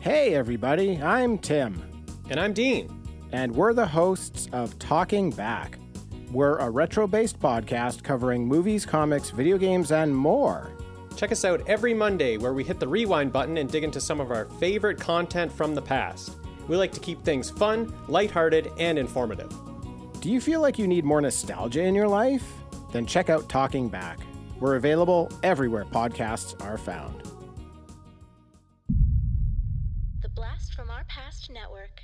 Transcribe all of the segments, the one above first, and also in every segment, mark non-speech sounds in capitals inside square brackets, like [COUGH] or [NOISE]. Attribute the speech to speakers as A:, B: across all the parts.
A: Hey, everybody, I'm Tim,
B: And I'm Dean.
A: and we're the hosts of Talking Back. We're a retro based podcast covering movies, comics, video games, and more.
B: Check us out every Monday where we hit the rewind button and dig into some of our favorite content from the past. We like to keep things fun, lighthearted, and informative.
A: Do you feel like you need more nostalgia in your life? Then check out Talking Back. We're available everywhere podcasts are found.
C: The Blast from Our Past Network.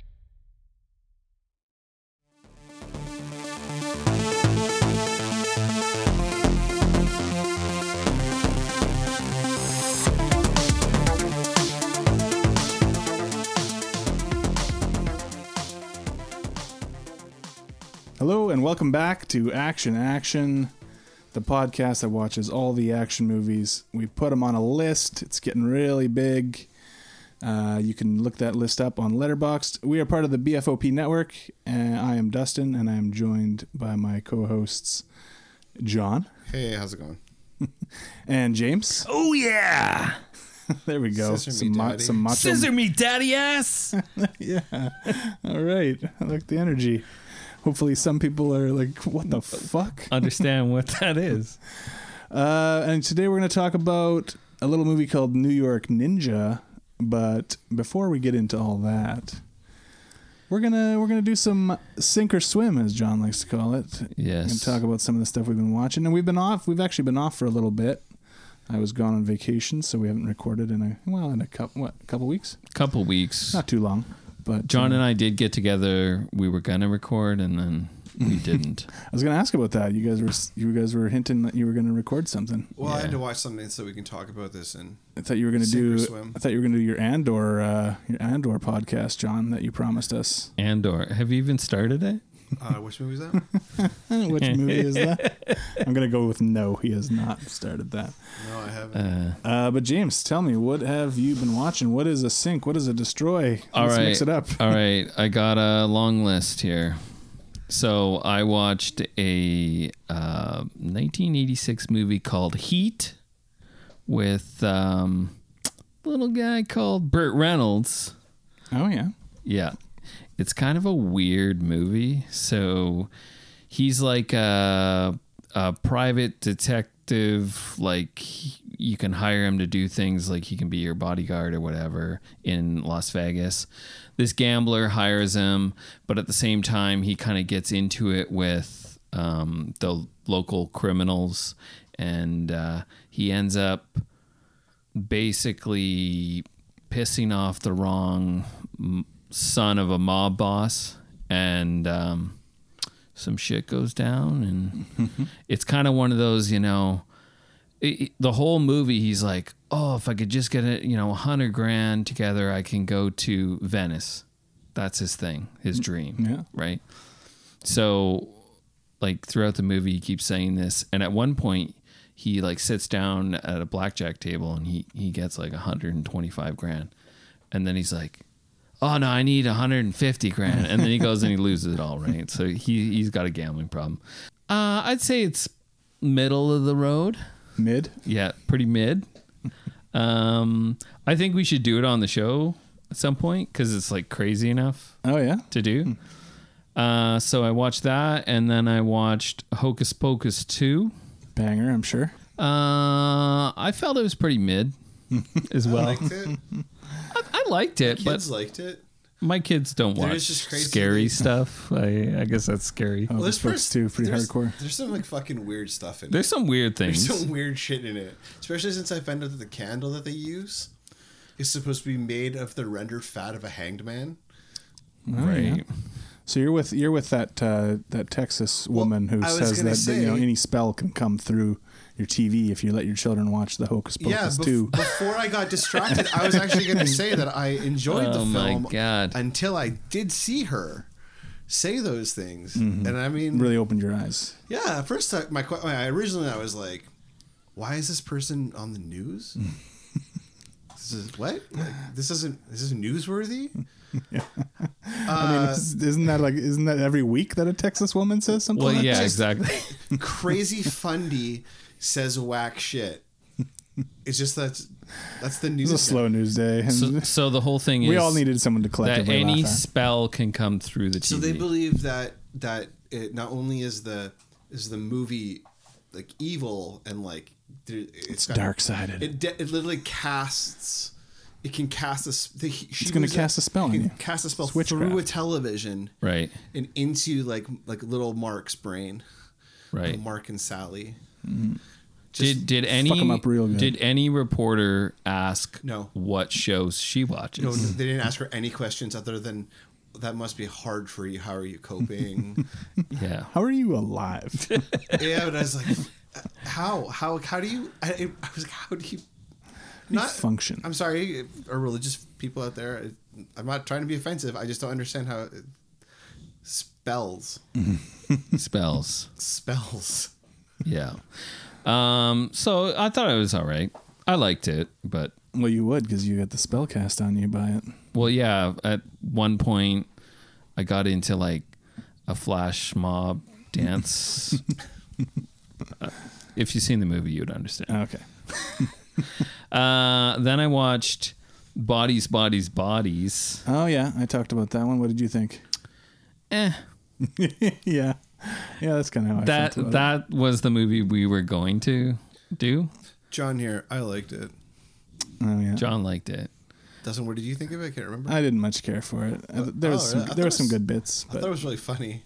D: Hello and welcome back to Action Action, the podcast that watches all the action movies. We've put them on a list. It's getting really big. Uh, you can look that list up on Letterboxd. We are part of the BFOP network. And I am Dustin, and I am joined by my co-hosts John
E: Hey, how's it going?
D: and James.
F: Oh yeah,
D: [LAUGHS] there we go.
E: Scissor me,
D: some ma-
E: daddy.
D: some macho.
F: scissor me, daddy ass.
D: Yeah. All right. I like the energy. Hopefully, some people are like, "What the fuck."
F: [LAUGHS] Understand what that is?
D: Uh, and today we're going to talk about a little movie called New York Ninja. But before we get into all that, we're gonna we're gonna do some sink or swim, as John likes to call it.
F: Yes.
D: And talk about some of the stuff we've been watching. And we've been off. We've actually been off for a little bit. I was gone on vacation, so we haven't recorded in a well in a couple what couple weeks.
F: Couple weeks.
D: Not too long, but uh,
F: John and I did get together. We were gonna record, and then
D: [LAUGHS]
F: we didn't.
D: I was gonna ask about that. You guys were you guys were hinting that you were gonna record something.
E: Well, I had to watch something so we can talk about this. And
D: I thought you were going to
E: Sink
D: do.
E: or swim.
D: I thought you were going to do your Andor, uh, your Andor podcast, John, that you promised
E: [LAUGHS]
D: us.
F: Andor, have you even started it?
D: [LAUGHS]
E: uh, which movie was that?
D: Eh, Which movie is that? [LAUGHS] I'm going to go with no. He has not started that.
E: No, I haven't.
D: Uh, but James, tell me, what have you been watching? What is a sink? What is a destroy?
F: All
D: Let's
F: right.
D: mix it up.
F: All right. I got a long list here. So I watched a uh, 1986 movie called Heat with um, little guy called Burt Reynolds.
D: Oh yeah.
F: Yeah. It's kind of a weird movie. So he's like a, a private detective. Like he- you can hire him to do things like he can be your bodyguard or whatever in Las Vegas. This gambler hires him, but at the same time, he kind of gets into it with um, the local criminals. And uh, he ends up basically pissing off the wrong m- son of a mob boss and um, some shit goes down and it's kind of one of those you know it, it- the whole movie he's like oh if i could just get a you know a 100 grand together i can go to venice that's his thing his dream
D: Yeah.
F: right so like throughout the movie he keeps saying this and at one point he like sits down at a blackjack table and he he gets like 125 grand and then he's like oh no i need 150 grand and then he goes and he loses it all right so he he's got a gambling problem uh i'd say it's middle of the road
D: Mid.
F: yeah pretty mid um i think we should do it on the show at some point because it's like crazy enough
D: Oh yeah.
F: to do.
D: Hmm.
F: Uh, so I watched that, and then I watched Hocus Pocus two.
D: Banger, I'm sure. Oh,
F: Uh, I felt it was
D: [LAUGHS]
F: pretty mid as
E: I
F: well. I,
E: liked it.
F: I liked it, but
E: Kids liked
D: Oh,
E: it.
F: my kids don't
E: There
F: watch
E: is just crazy
F: scary
E: things.
F: stuff. I, I guess that's scary.
D: Oh, this book's
E: pretty-
D: too pretty
E: there's-
D: hardcore.
E: There's some like fucking weird stuff in
F: There's some weird
E: it.
F: things.
E: There's some weird shit in it, especially since I found out that the candle that they use is supposed to be made of the rendered fat of a hanged man.
D: Oh, yeah.
F: right.
D: So you're with you're with that uh, that Texas woman who
E: I was
D: says
E: gonna
D: that, that, you know
E: say-
D: any spell can come through your TV if you let your children watch the Hocus Pocus
E: yeah, bef-
D: two.
E: before I got distracted, I was actually going to say that I enjoyed
D: [LAUGHS]
F: Oh
E: the
F: my
E: film
F: God.
E: until I did see her say those things, and I mean,
D: Mm-hmm. really opened your eyes.
E: Yeah, at first I, my que- I originally I was like, why is this person on
D: [LAUGHS]
E: the news? this is what? Like, this isn't this is newsworthy?
D: I
E: Uh,
D: mean, is- isn't that like isn't that every week that a Texas woman says something?
F: Well,
D: like
E: [LAUGHS]
F: yeah,
D: that?
F: exactly.
E: Crazy Fundy says whack shit. It's just that's that's the
D: It
E: news.
D: was a slow news day, and
F: So, so the whole thing
D: [LAUGHS]
F: is
D: we all needed someone to
F: that
D: collectively
F: any
D: laugh
F: spell can come through the TV.
E: So they believe that that it not only is the is the movie like evil and like there- it's
D: at.
E: got-
D: Dark-sided.
E: It, de- it literally casts. It can cast a. s- The, it's
D: gonna cast a spell on you.
E: Cast a spell
D: It's witchcraft.
E: through a television
F: right,
E: and into like like little Mark's brain.
F: right.
E: Mark and Sally. Just
F: Did did any
D: 'em up real good.
F: did any reporter ask
E: No.
F: what shows she watches?
E: no, they didn't ask her any questions other than that must be hard for you. How are
D: [LAUGHS]
E: you coping?
F: Yeah,
D: How are you alive?
E: yeah, but I was like, how how how do you? I, I was like, how do you? [LAUGHS] Not
D: function?
E: I'm sorry, or religious people out there. I'm not trying to be offensive. I just don't understand how it- spells
F: spells.
E: spells.
F: Yeah. Um. So I thought it was all right. I liked it, but
D: well, you would because you got the spell cast on you by it.
F: well, yeah. At one point, I got into like a flash mob
D: [LAUGHS]
F: dance. Uh, if you've seen the movie, you'd understand.
E: Oh,
D: Okay.
F: Uh, then I watched Bodies, Bodies, Bodies.
D: Oh yeah, I talked about that one. What did you think? [LAUGHS]
F: Eh,
D: yeah, yeah, that's kind of how I
F: that
D: felt about it.
F: that was the movie we were going to do.
E: [LAUGHS] John here. I liked it.
D: Oh yeah,
F: John liked it.
E: Dustin, what did you think of it? I can't remember.
D: I didn't much care for it. Uh, There was
E: oh,
D: some,
E: I thought
D: there were
E: it
D: some
E: was-
D: good bits,
E: I thought it
D: but
E: was really funny,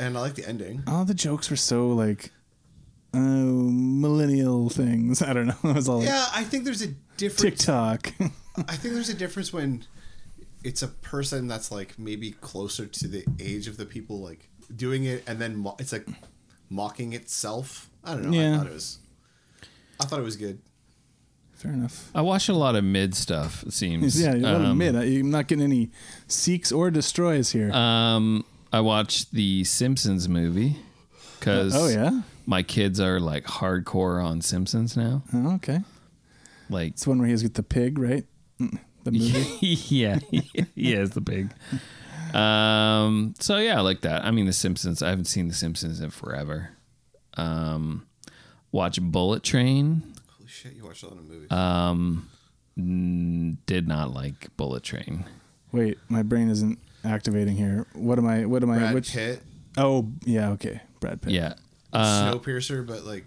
E: and I like the ending.
D: all the jokes were so like, oh, millennial things. [LAUGHS] I don't know. It was all like
E: Yeah, I think there's a difference.
D: TikTok.
E: I think there's a difference when it's a person that's like maybe closer to the age of the people like doing it, and then mo- it's like mocking itself. I don't know.
D: Yeah.
E: I thought it was. I thought it was good.
D: [LAUGHS] Fair enough.
F: I watched a lot of mid stuff. It seems.
D: Yeah, I'll
F: Um,
D: admit I, I'm not getting any seeks or destroys here.
F: Um, I watched the Simpsons movie because
D: oh yeah.
F: my kids are like hardcore on Simpsons now.
D: Oh, okay.
F: Like
D: [LAUGHS] It's the one where he's got the pig, right? Mm, The movie.
F: yeah, yeah, it's the pig. Um, so yeah, I like that. I mean, The Simpsons. I haven't seen The Simpsons in forever. Um, watch Bullet Train.
E: Holy shit! You watched a lot of movies.
D: Uh,
F: Mm, Did not like Bullet Train.
D: Wait, my brain isn't activating here. What am I? What am I?
E: Brad
D: Which?
E: Pitt,
D: Oh yeah, okay. Brad Pitt. [LAUGHS]
F: Yeah,
D: uh,
E: Snowpiercer, but like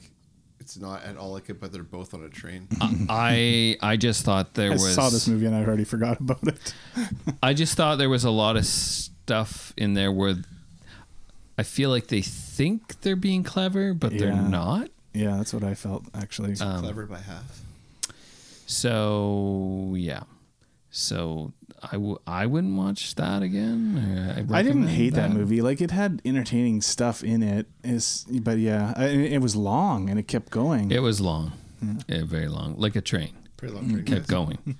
E: it's not at all like it. But they're both on a train.
F: I I just thought there
D: I
F: was.
D: saw this movie and I already [LAUGHS] forgot about it.
F: I just thought there was a lot of stuff in there where I feel like they think they're being clever, but they're
D: Yeah.
F: not.
D: Yeah, that's what I felt actually.
F: Uh,
E: Clever by half.
F: So yeah, so I w- I wouldn't watch that again. I,
D: I didn't
F: recommend
D: hate that. movie. Like it had entertaining stuff in it. Is but yeah, I, and it was long and it kept going.
F: It was long, yeah, very long, like a train
E: Pretty
D: mm,
E: long train.
D: [LAUGHS]
F: kept going.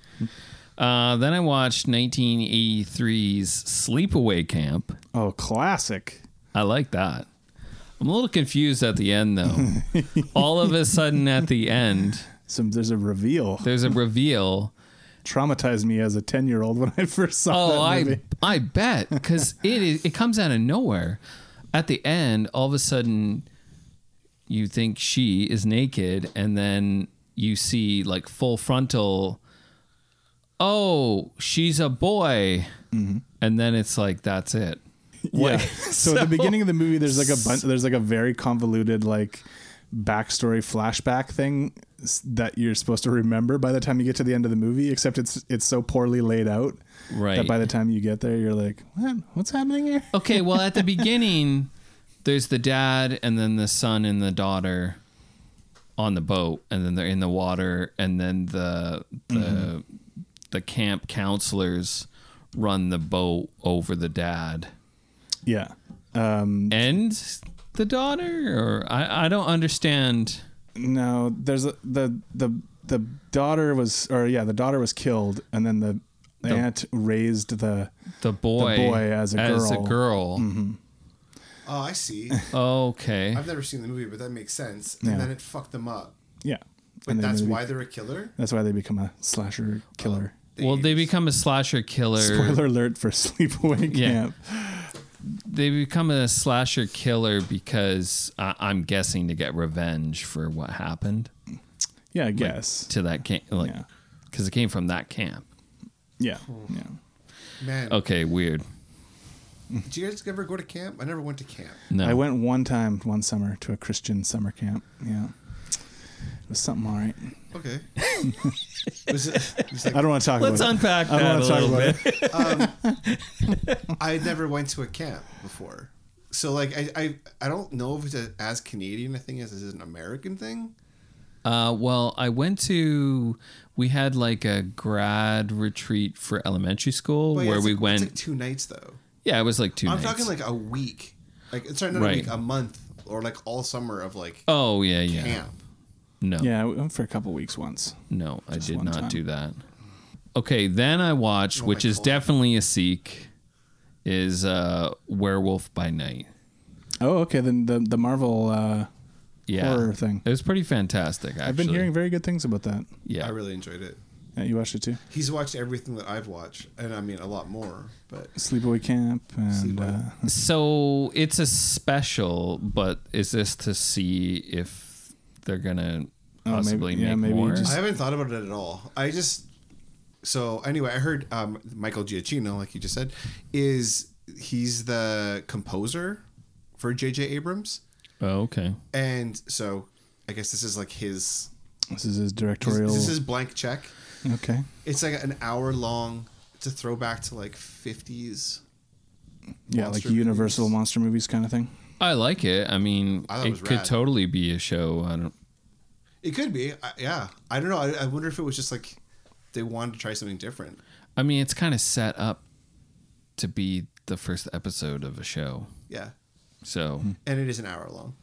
F: uh, then I watched 1983's Sleepaway Camp.
D: oh, classic.
F: I like that. I'm a little confused at the end though.
D: [LAUGHS]
F: All of a sudden at the end,
D: Some there's a reveal.
F: there's a reveal.
D: Traumatized me as a ten year old when I first saw
F: [LAUGHS] Oh,
D: that
F: I [LAUGHS]
D: movie.
F: I bet because it is, it comes out of nowhere. At the end, all of a sudden, you think she is naked, and then you see like full frontal. Oh, she's a boy, and then it's like that's it.
D: Yeah. So, at the beginning of the movie, there's like a bunch. There's like a very convoluted like backstory flashback thing s- that you're supposed to remember by the time you get to the end of the movie. Except it's it's so poorly laid out
F: Right.
D: that by the time you get there, you're like, what? What's happening here?
F: Okay, well,
D: [LAUGHS]
F: at the beginning, there's the dad and then the son and the daughter on the boat, and then they're in the water, and then the the
D: Mm-hmm.
F: the camp counselors run the boat over the dad
D: Yeah.
F: and the daughter. Or I I don't understand.
D: No, there's a, the the the daughter was or yeah, the daughter was killed, and then the, aunt raised the.
F: The boy,
D: boy as a girl. Mm-hmm.
F: girl.
E: Oh, I see.
F: [LAUGHS] Okay,
E: I've never seen the movie, but that makes sense.
D: Yeah.
E: And then it fucked them up.
D: Yeah.
E: But
D: And then
E: that's
D: they be-
E: why they're a killer.
D: That's why they become a slasher killer.
F: well, they become a slasher killer.
D: Spoiler alert for [LAUGHS] Sleepaway
F: Yeah.
D: Camp.
F: they become a slasher killer because I I'm guessing to get revenge for what happened.
D: Yeah, I guess.
F: to that camp, like
D: Yeah.
F: because it came from that camp.
D: yeah, yeah.
E: Man,
F: Okay, weird.
E: did you guys ever go to camp? I never went to camp.
F: No,
D: I went one time one summer to a Christian summer camp. Yeah. It was something all right.
E: Okay. [LAUGHS] was it,
F: [LAUGHS]
E: it was like,
D: I don't want to talk
F: Let's
D: about
F: unpack
D: it. I
F: that a
D: don't want to
F: little
D: talk
F: bit.
D: about it.
E: I never went to a camp before. So like I, I I don't know if it's a, as Canadian a thing as it is an American thing.
F: Uh, well, I went to. We had like a grad retreat for elementary school
E: But yeah,
F: where
E: it's
F: we
E: like,
F: went.
E: it's like two nights though.
F: yeah, it was like 2
E: I'm
F: nights.
E: talking like a week. Like it's not
F: Right.
E: a week, a month, or like all summer of like
F: oh yeah, yeah.
E: camp.
F: No,
D: Yeah, we went for a couple weeks once.
F: no, I did
D: one
F: not
D: time.
F: do that. Okay, then I watched,
E: Oh
F: which
E: my
F: is
E: God.
F: definitely a seek, is uh, Werewolf by Night.
D: Oh, okay. Then the the Marvel uh,
F: Yeah,
D: horror thing.
F: It was pretty fantastic. Actually,
D: I've been hearing very good things about that.
F: Yeah,
E: I really enjoyed it.
D: Yeah, you watched it too.
E: He's watched everything that I've watched, and I mean a lot more. But
D: Sleepaway Camp and uh,
E: Sleepaway.
F: So it's a special, but is this to see if they're gonna
D: Oh, maybe-
F: possibly
D: yeah,
F: make
D: maybe
F: more?
E: I
D: just-
E: haven't thought about it at all. I just so anyway, I heard um, Michael Giacchino, like you just said, is he's the composer for J.J. Abrams,
F: oh, okay.
E: and so I guess this is like his
D: this is his
E: his-
D: directorial.
E: this is blank check.
D: okay.
E: It's like an hour long. It's a throwback to like fifties.
D: Yeah,
E: monster
D: like Universal
E: movies.
D: monster movies kind of thing.
F: I like it. I mean,
E: I thought it
F: it
E: was
F: could
E: rad.
F: totally be a show. I don't.
E: It could be, I, yeah. I don't know. I, I wonder if it was just like they wanted to try something different.
F: I mean, it's kind of set up to be the first episode of a show.
E: Yeah,
F: So
D: Hmm.
E: and it is an hour long.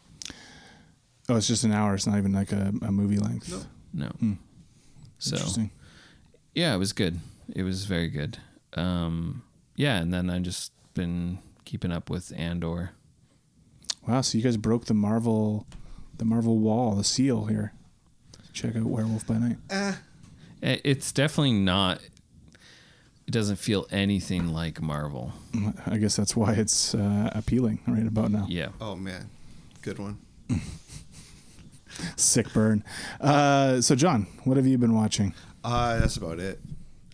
D: Oh, it's just an hour. It's not even like a, a movie length.
E: No.
F: no. So
D: Interesting.
F: yeah, it was good. It was very good. Um, yeah, and then I just been keeping up with Andor.
D: Wow. So you guys broke the Marvel, the Marvel wall, the seal here. Check out Werewolf by Night.
F: It- It's definitely not. It doesn't feel anything like Marvel.
D: I guess that's why it's uh, appealing right about now.
F: Yeah.
E: Oh man, good one.
D: Sick burn. Uh, so John, what have you been watching?
E: Uh, that's about it.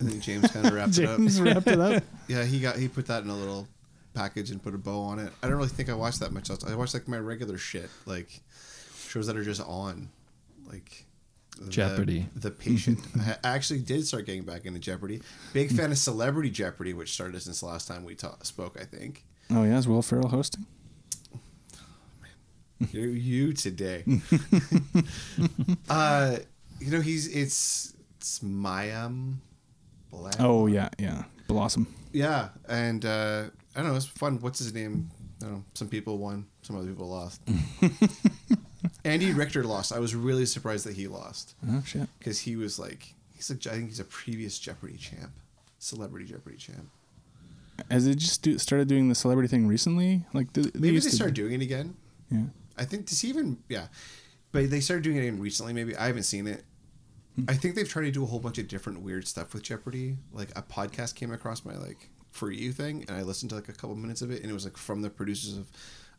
E: I think James kind of wrapped
D: James
E: it up.
D: wrapped it
E: [LAUGHS]
D: up.
E: Yeah, he got he put that in a little package and put a bow on it. I don't really think I watched that much else. I watched like my regular shit, like shows that are just on, like The-
F: Jeopardy.
E: The, Patient. I actually did start getting back into Jeopardy. Big fan of Celebrity Jeopardy, which started since last time we ta- spoke. I think
D: Oh yeah, is Will Ferrell hosting?
E: you you today. uh, you know he's it's it's Mayam Black.
D: Oh yeah, yeah. Blossom.
E: Yeah, and uh, I don't know. It's fun. What's his name? I don't know. Some people won. Some other people lost. Andy Richter lost. I was really surprised that he lost
D: Oh shit.
E: because he was like he's like I think he's a previous Jeopardy champ, celebrity Jeopardy champ.
D: Has it just do, started doing the celebrity thing recently? Like did,
E: Maybe
D: used
E: they
D: to-
E: started doing it again.
D: Yeah.
E: I think does he even yeah, but they started doing it again recently. Maybe I haven't seen it.
D: Hmm.
E: I think they've tried to do a whole bunch of different weird stuff with Jeopardy. Like a podcast came across my like for you thing, and I listened to like a couple minutes of it, and it was like from the producers of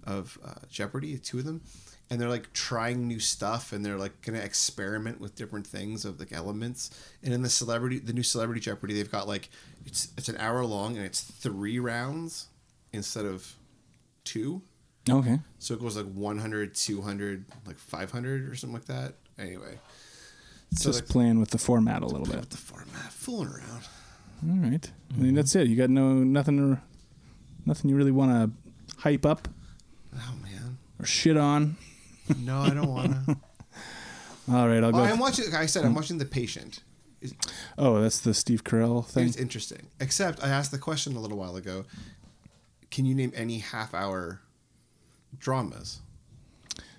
E: of uh, Jeopardy, two of them, and they're like trying new stuff, and they're like gonna experiment with different things of like elements. And in the celebrity, the new celebrity Jeopardy, they've got like it's it's an hour long, and it's three rounds instead of two.
D: Okay.
E: So it goes like 100, 200, like 500 or something like that. Anyway. So
D: just
E: like,
D: playing with the format a little bit.
E: the format, fooling around.
D: All right. I mean that's it. You got no nothing to, nothing you really want to hype up
E: Oh, man.
D: or shit on.
E: No, I don't [LAUGHS] want to.
D: All right, I'll go.
E: oh, I'm watching, like I said, I'm watching The Patient. It's,
D: oh, that's the Steve Carell thing.
E: it's interesting. Except I asked the question a little while ago can you name any half hour dramas?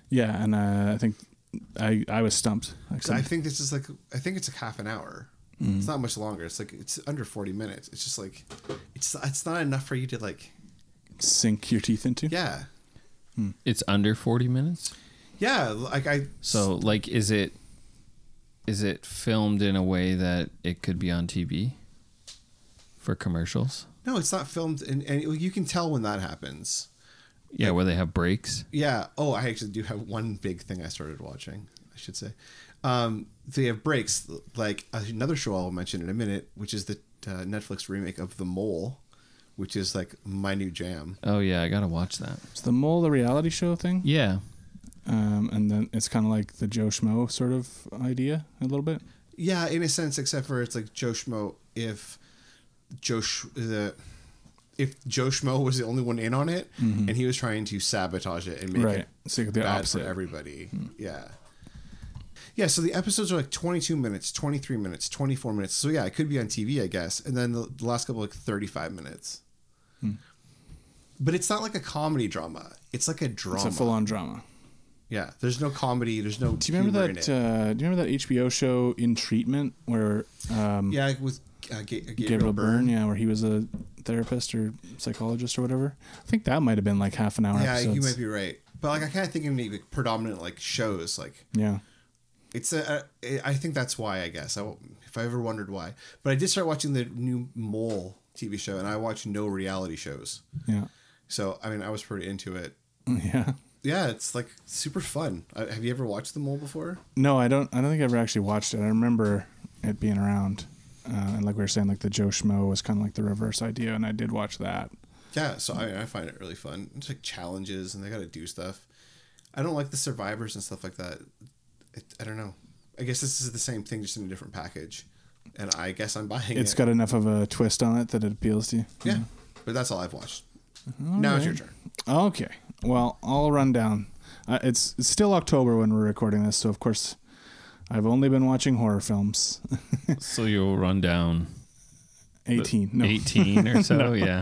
D: Yeah, and uh, I think I I was stumped. Like,
E: 'Cause I think this is like, I think it's like half an hour. It's not much longer. It's like, it's under 40 minutes. It's just like, it's, it's not enough for you to like,
D: sink your teeth into.
E: yeah.
F: It's under 40 minutes.
E: Yeah. Like I,
F: So like is it is it filmed in a way that it could be on TV for commercials?
E: No, it's not filmed, and and you can tell when that happens.
F: Yeah, where they have breaks.
E: Yeah. Oh, I actually do have one big thing I started watching. I should say, Um, they have breaks like another show I'll mention in a minute, which is the uh, Netflix remake of The Mole, which is like my new jam.
F: Oh yeah, I gotta watch that.
D: It's the mole, the reality show thing.
F: Yeah,
D: Um, and then it's kind of like the Joe Schmo sort of idea a little bit.
E: Yeah, in a sense, except for it's like Joe Schmo if Joe Sh- the if Joe Schmo was the only one in on it and he was trying to sabotage it and make
D: Mm-hmm. Right.
E: it
D: So the
E: bad
D: opposite. Hmm.
E: for everybody. Yeah. Yeah, so the episodes are like 22 minutes, 23 minutes, 24 minutes. So yeah, it could be on TV, I guess. And then the, the last couple like 35 minutes.
D: Hmm.
E: But it's not like a comedy drama. It's like a drama.
D: It's a full-on drama.
E: yeah, there's no comedy. There's no.
D: Do you remember
E: humor in
D: that?
E: it.
D: Uh, do you remember that HBO show In Treatment where um,
E: yeah, with uh, Ga- Gabriel,
D: Gabriel
E: Byrne.
D: Byrne? Yeah, where he was a therapist or psychologist or whatever. I think that might have been like half an hour.
E: Yeah,
D: episodes.
E: you might be right. But like, I kind of think of any like, predominant like shows. Like,
D: Yeah.
E: it's a, a. I think that's why. I guess I won't- if I ever wondered why. But I did start watching the new Mole TV show, and I watch no reality shows.
D: Yeah. [LAUGHS]
E: So I mean, I was pretty into it.
D: Yeah.
E: Yeah, it's like super fun. I, have you ever watched the Mole before?
D: No, I don't. I don't think I ever actually watched it. I remember it being around, uh, and like we were saying, like the Joe Schmo was kind of like the reverse idea, and I did watch that.
E: Yeah, so I mean, I find it really fun. It's like challenges, and they got to do stuff. I don't like the survivors and stuff like that. It, I don't know. I guess this is the same thing, just in a different package. And I guess I'm buying
D: It's
E: it.
D: got enough of a twist on it that it appeals to you.
E: Yeah, but that's all I've watched. now it's your turn.
D: Mm-hmm. Okay. Well, I'll run down. Uh, it's, it's still October when we're recording this, so of course, I've only been watching horror films. [LAUGHS]
F: so you'll run down
D: Eighteen. No.
F: eighteen [LAUGHS] or so. Yeah,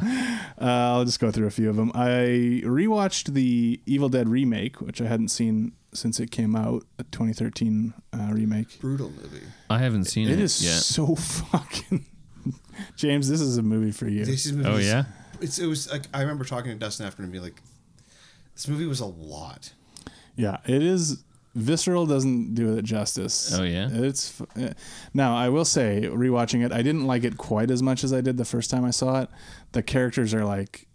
D: Uh, I'll just go through a few of them. I rewatched the Evil Dead remake, which I hadn't seen since it came out, a 2013 uh, remake.
E: Brutal movie.
F: I haven't seen it,
D: It is
F: yet.
D: so [LAUGHS] fucking. James, this is a movie for you.
E: This is
F: Oh
E: movies-
F: yeah,
E: It's it was like I remember talking to Dustin after and being like, this movie was a lot.
D: Yeah, it is. Visceral doesn't do it justice.
F: Oh, yeah?
D: it's f- eh. now. I will say, rewatching it, I didn't like it quite as much as I did the first time I saw it. The characters are like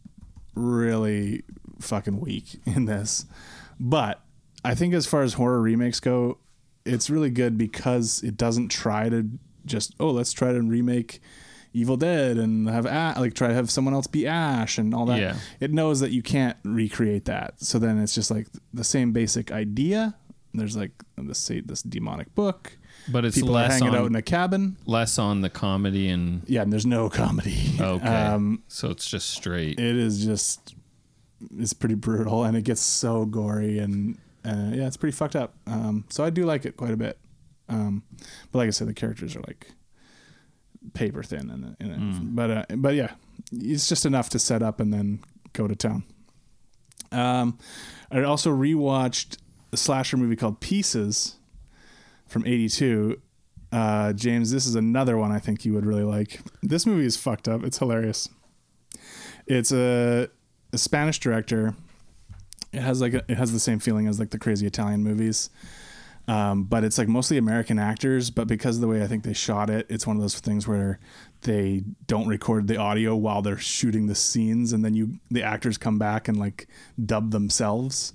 D: really fucking weak [LAUGHS] in this, but I think as far as horror remakes go, it's really good because it doesn't try to just oh let's try to remake Evil Dead and have a- like try to have someone else be Ash and all that
F: Yeah.
D: it knows that you can't recreate that. So then it's just like the same basic idea. There's like this this demonic book.
F: but it's
D: People are
F: less
D: hanging
F: on
D: out in a cabin.
F: less on the comedy and
D: Yeah, and there's no [LAUGHS] comedy.
F: okay.
D: Um,
F: so it's just straight.
D: it is just it's pretty brutal, and it gets so gory, and uh, yeah, it's pretty fucked up. Um, so I do like it quite a bit. Um, but like I said, the characters are like paper thin, and in it. but uh, but yeah, it's just enough to set up and then go to town. Um, I also rewatched a slasher movie called Pieces from '82. Uh, James, this is another one I think you would really like. This movie is fucked up. It's hilarious. It's a, a Spanish director. It has like a, it has the same feeling as like the crazy Italian movies, um, but it's like mostly American actors. But because of the way I think they shot it, it's one of those things where they don't record the audio while they're shooting the scenes, and then you the actors come back and like dub themselves.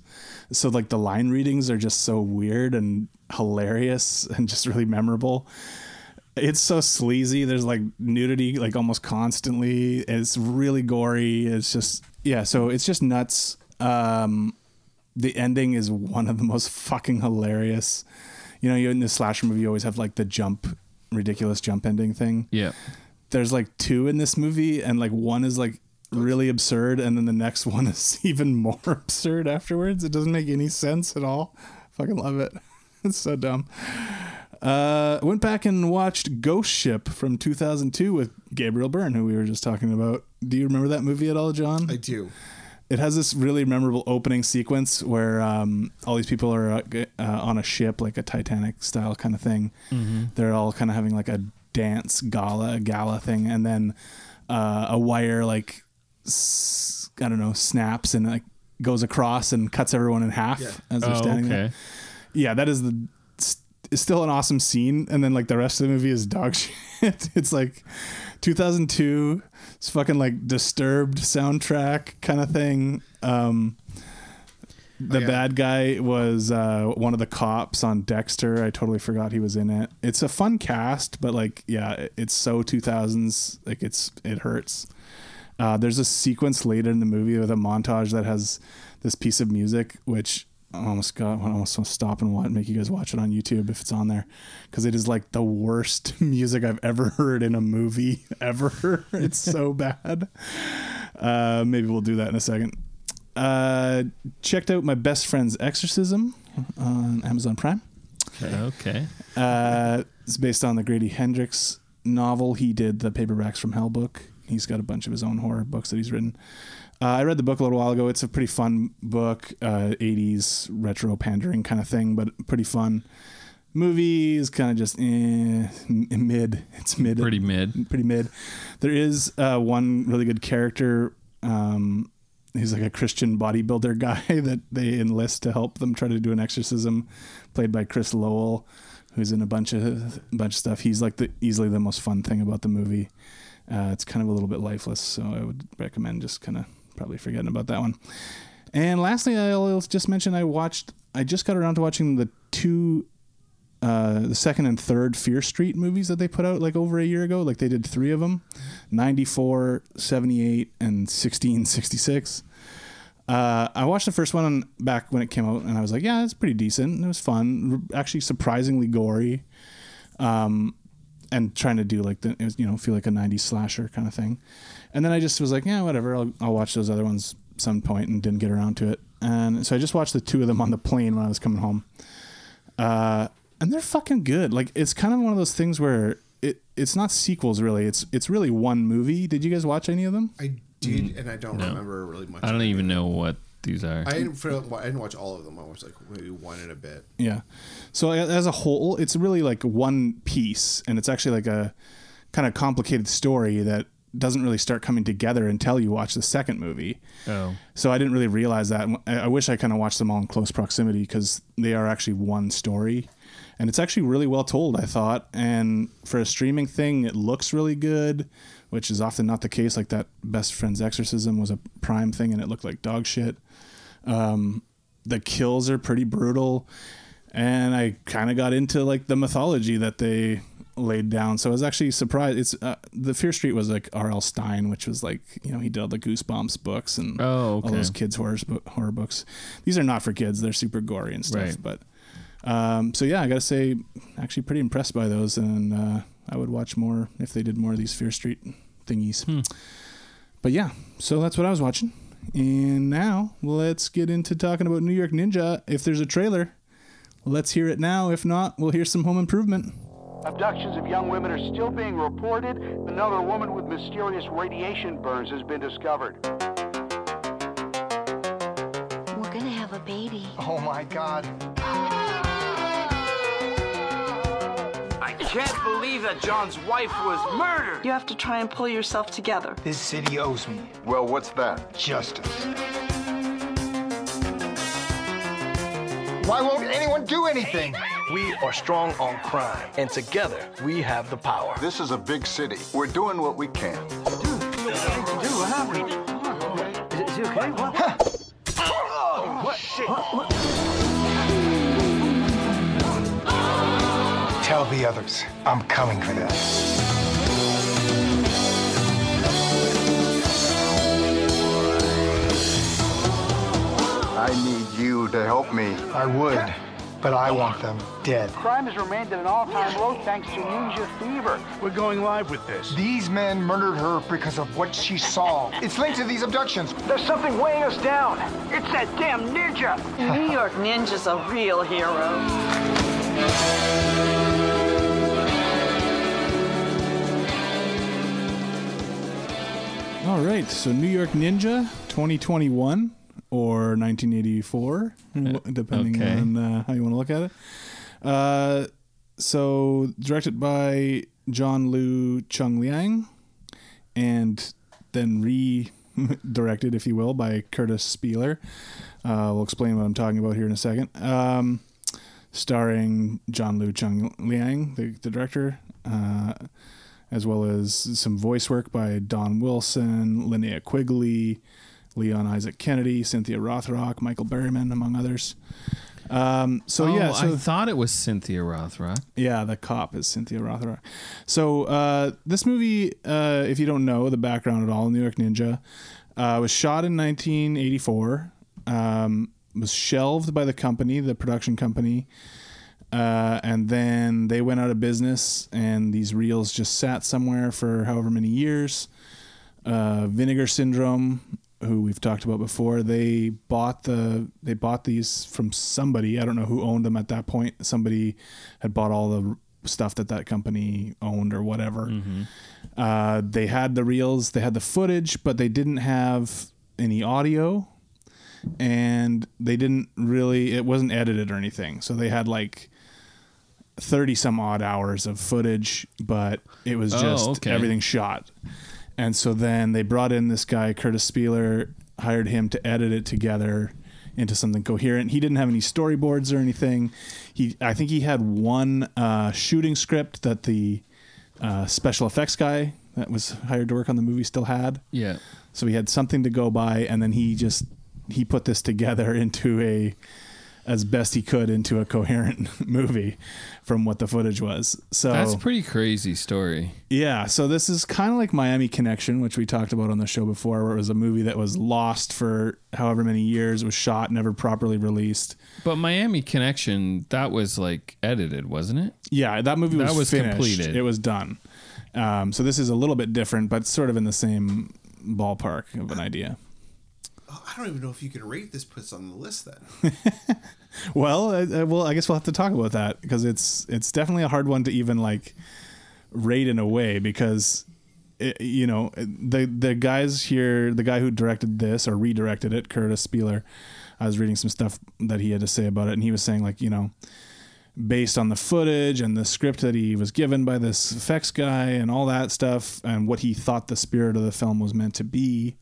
D: So like the line readings are just so weird and hilarious [LAUGHS] and just really memorable it's so sleazy. There's like nudity, like almost constantly. It's really gory. It's just yeah. So it's just nuts. Um, the ending is one of the most fucking hilarious. You know, you in the slasher movie, you always have like the jump, ridiculous jump ending thing.
F: yeah,
D: There's like two in this movie, and like one is like really absurd, and then the next [LAUGHS] one is even more [LAUGHS] absurd afterwards. It doesn't make any sense at all. Fucking love it. [LAUGHS] It's so dumb. Uh, went back and watched Ghost Ship from 2002 with Gabriel Byrne, who we were just talking about. Do you remember that movie at all, John?
E: I do.
D: it has this really memorable opening sequence where um, all these people are uh, g- uh, on a ship, like a Titanic style kind of thing.
F: Mm-hmm.
D: They're all kind of having like a dance gala, gala thing, and then uh, a wire like s- I don't know snaps and like goes across and cuts everyone in half
E: Yeah.
D: as they're
F: oh,
D: standing
F: okay.
D: there yeah, that is the st- is still an awesome scene, and then like the rest of the movie is dog [LAUGHS] shit. it's like 2002, it's fucking like disturbed soundtrack kind of thing. Um, The
E: yeah.
D: bad guy was uh, one of the cops on Dexter. I totally forgot he was in it. It's a fun cast, but like, yeah, it- it's so 2000s. Like, it's it hurts. Uh, there's a sequence later in the movie with a montage that has this piece of music, which I almost got. I almost want to stop and watch, make you guys watch it on YouTube if it's on there, because it is like the worst [LAUGHS] music I've ever heard in a movie [LAUGHS] ever. it's so bad. Uh, maybe we'll do that in a second. Uh, checked out my best friend's exorcism on Amazon Prime.
F: Okay.
D: Uh, it's based on the Grady Hendrix novel. He did the paperbacks from Hell book. He's got a bunch of his own horror books that he's written. Uh, I read the book a little while ago. It's a pretty fun book, uh, 80s retro pandering kind of thing, but pretty fun. Movie is kind of just eh, m- mid. It's mid.
F: Pretty mid.
D: pretty mid. There is uh, one really good character. Um, he's like a Christian bodybuilder [LAUGHS] guy that they enlist to help them try to do an exorcism, played by Chris Lowell, who's in a bunch of bunch of stuff. He's like the easily the most fun thing about the movie. Uh, it's kind of a little bit lifeless, so I would recommend just kind of probably forgetting about that one. And lastly, I'll just mention I watched. I just got around to watching the two uh, the second and third Fear Street movies that they put out like over a year ago. Like they did three of them 94, 78, and 1666. Uh, I watched the first one on, back when it came out and I was like, yeah, it's pretty decent. It was fun. R- Actually, surprisingly gory. Um, and trying to do like the, it was, you know, feel like a 90s slasher kind of thing. And then I just was like, yeah, whatever. I'll, I'll watch those other ones some point and didn't get around to it. And so I just watched the two of them on the plane when I was coming home and they're fucking good. Like it's kind of one of those things where it it's not sequels really. It's it's really one movie. Did you guys watch any of them?
E: I did, and I don't remember really much.
F: Mm. I
E: of
F: don't
E: it.
F: even know what these are.
E: I didn't. Feel, I didn't watch all of them. I watched like maybe one in a bit.
D: Yeah. So a- as a whole, it's really like one piece, and it's actually like a kind of complicated story that doesn't really start coming together until you watch the second movie.
F: oh.
D: So I didn't really realize that. I I wish I kind of watched them all in close proximity because they are actually one story, and it's actually really well told. I thought, and for a streaming thing, it looks really good, which is often not the case. Like that best friend's exorcism was a prime thing, and it looked like dog shit. Um, the kills are pretty brutal, and I kind of got into like the mythology that they laid down. So I was actually surprised. It's uh, the Fear Street was like R.L. Stein, which was like you know he did all the Goosebumps books and
F: Oh,
D: all
F: okay.
D: those kids horror horror books. These are not for kids; they're super gory and stuff.
F: Right.
D: But um, so yeah, I gotta say, actually pretty impressed by those, and uh, I would watch more if they did more of these Fear Street thingies. But yeah, so that's what I was watching, and now let's get into talking about New York Ninja. If there's a trailer, let's hear it now. If not, we'll hear some home improvement.
G: Abductions of young women are still being reported. Another woman with mysterious radiation burns has been discovered.
C: We're gonna have a baby.
G: Oh my God.
H: I can't believe that John's wife was murdered.
I: You have to try and pull yourself together.
J: This city owes me
G: Well, what's that?
J: justice.
G: Why won't anyone do anything?
J: We are strong on crime, and together we have the power.
G: This is a big city. We're doing what we can.
J: What happened? Is it okay? What?
G: Tell the others I'm coming for them. I need you to help me. I would, but I want them dead.
I: Crime has remained at an all-time low thanks to ninja fever.
J: We're going live with this.
G: These men murdered her because of what she saw. It's linked to these abductions.
I: There's something weighing us down. It's that damn ninja. New York Ninja's a real hero.
D: All right, so New York Ninja 2021 or 1984, depending
F: okay.
D: on uh, how you want to look at it. Uh, so directed by John Liu Chung Liang, and then redirected, if you will, by Curtis Spieler. Uh, we'll explain what I'm talking about here in a second. Um, starring John Liu Chung Liang, the, the director. Uh, as well as some voice work by Don Wilson, Linnea Quigley, Leon Isaac Kennedy, Cynthia Rothrock, Michael Berryman, among others. Um, so
F: oh,
D: yeah, so
F: I thought it was Cynthia Rothrock.
D: yeah, the cop is Cynthia Rothrock. So uh, this movie, uh, if you don't know the background at all, New York Ninja uh, was shot in 1984. Um, was shelved by the company, the production company, uh, and then they went out of business, and these reels just sat somewhere for however many years. Uh, Vinegar Syndrome, who we've talked about before, they bought the they bought these from somebody. I don't know who owned them at that point. Somebody had bought all the stuff that that company owned or whatever. Uh, they had the reels, they had the footage, but they didn't have any audio and they didn't really it wasn't edited or anything so they had like 30 some odd hours of footage but it was
F: Oh,
D: just
F: okay.
D: everything shot and so then they brought in this guy curtis spieler hired him to edit it together into something coherent he didn't have any storyboards or anything he i think he had one uh, shooting script that the uh, special effects guy that was hired to work on the movie still had
F: Yeah.
D: so he had something to go by, and then he just he put this together [LAUGHS] into a as best he could into a coherent [LAUGHS] movie from what the footage was. So
F: That's a pretty crazy story.
D: yeah, so this is kind of like Miami Connection, which we talked about on the show before, where it was a movie that was lost for however many years, was shot, never properly released.
F: But Miami Connection, that was like edited, wasn't it?
D: Yeah, that movie was,
F: That was
D: finished.
F: completed.
D: It was done. Um, so this is a little bit different, but sort of in the same ballpark of an idea.
E: Oh, I don't even know if you can rate this puts on the list then.
D: Well, I, I, well, I guess we'll have to talk about that because it's it's definitely a hard one to even like rate in a way because it, you know the the guys here, the guy who directed this or redirected it, Curtis Spieler. I was reading some stuff that he had to say about it, and he was saying like you know based on the footage and the script that he was given by this effects guy and all that stuff and what he thought the spirit of the film was meant to be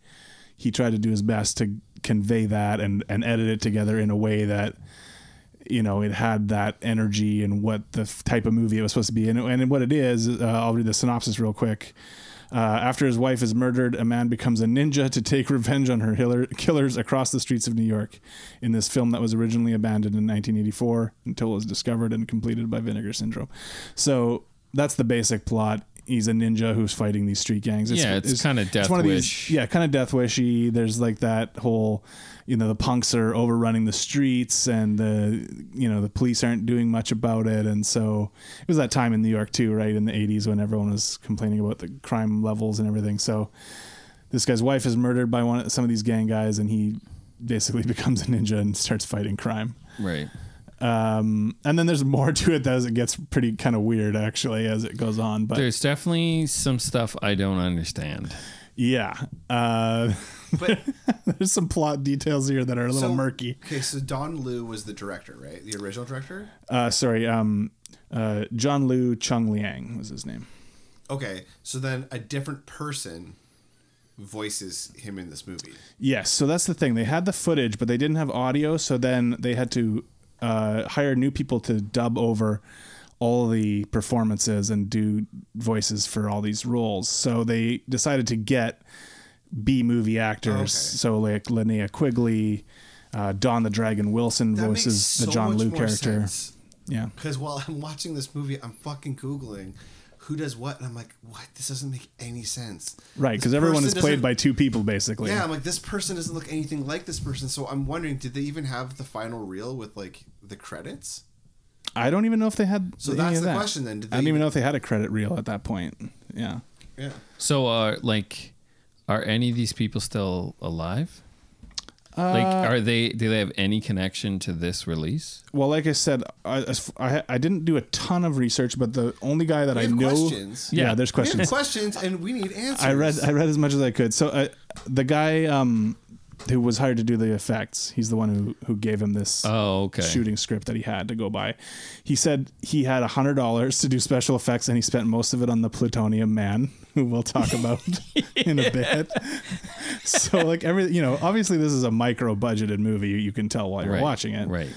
D: he tried to do his best to convey that and and edit it together in a way that you know it had that energy and what the f- type of movie it was supposed to be and, and what it is uh, i'll read the synopsis real quick uh, after his wife is murdered, a man becomes a ninja to take revenge on her hiller- killers across the streets of New York in this film that was originally abandoned in 1984 until it was discovered and completed by Vinegar Syndrome. So that's the basic plot. He's a ninja who's fighting these street gangs.
F: Yeah, it's kinda Death
D: one of these-
F: Wish.
D: yeah, kind of death wishy. There's like that whole, you know, the punks are overrunning the streets and the, you know, the police aren't doing much about it. And so it was that time in New York too, right? In the 80s when everyone was complaining about the crime levels and everything. So this guy's wife is murdered by one some of these gang guys and he basically [LAUGHS] becomes a ninja and starts fighting crime.
F: Right.
D: Um, and then there's more to it as it gets pretty kind of weird actually as it goes on. But
F: There's definitely some stuff I don't understand.
D: yeah, uh, [LAUGHS]
E: But
D: there's some plot details here that are a little
E: so-
D: murky.
E: Okay, so Don Liu was the director, right? The original director.
D: uh, sorry, um, uh, John Liu Chung Liang was his name.
E: Okay, so then a different person voices him in this movie.
D: Yes, so that's the thing. They had the footage, but they didn't have audio. So then they had to uh, hire new people to dub over all the performances and do voices for all these roles. So they decided to get B movie actors.
E: Okay.
D: So like Linnea Quigley, uh, Don the Dragon Wilson
E: That makes
D: voices
E: so
D: the John
E: much
D: Liu
E: more
D: character.
E: sense.
D: Yeah.
E: Because while I'm watching this movie, I'm fucking googling who does what, and I'm like, what? This doesn't make any sense.
D: Right,
E: This
D: because everyone
E: person
D: is played
E: doesn't-
D: by two people basically.
E: Yeah, I'm like, this person doesn't look anything like this person. So I'm wondering, did they even have the final reel with like the credits?
D: I don't even know if they had.
E: So
D: any
E: that's
D: of
E: the
D: that.
E: question then. Did
D: I don't
E: they-
D: even know if they had a credit reel at that point. Yeah.
E: Yeah.
F: So are like are any of these people still alive? like are they do they have any connection to this release?
D: Well, like I said, I, as- I, I didn't do a ton of research, but the only guy that I
E: have
D: know.
E: questions.
D: Yeah,
F: Yeah.
D: there's
E: We have
D: questions.
E: questions, and we need answers.
D: I read I read as much as I could. So uh, the guy um, who was hired to do the effects, he's the one who who gave him this
F: Oh, okay.
D: shooting script that he had to go by. He said he had a hundred dollars to do special effects, and he spent most of it on the plutonium man, [LAUGHS] who we'll talk about [LAUGHS]
F: [LAUGHS]
D: in a bit. So like every you know, obviously this is a micro budgeted movie. You can tell while you're
F: Right,
D: watching it,
F: Right.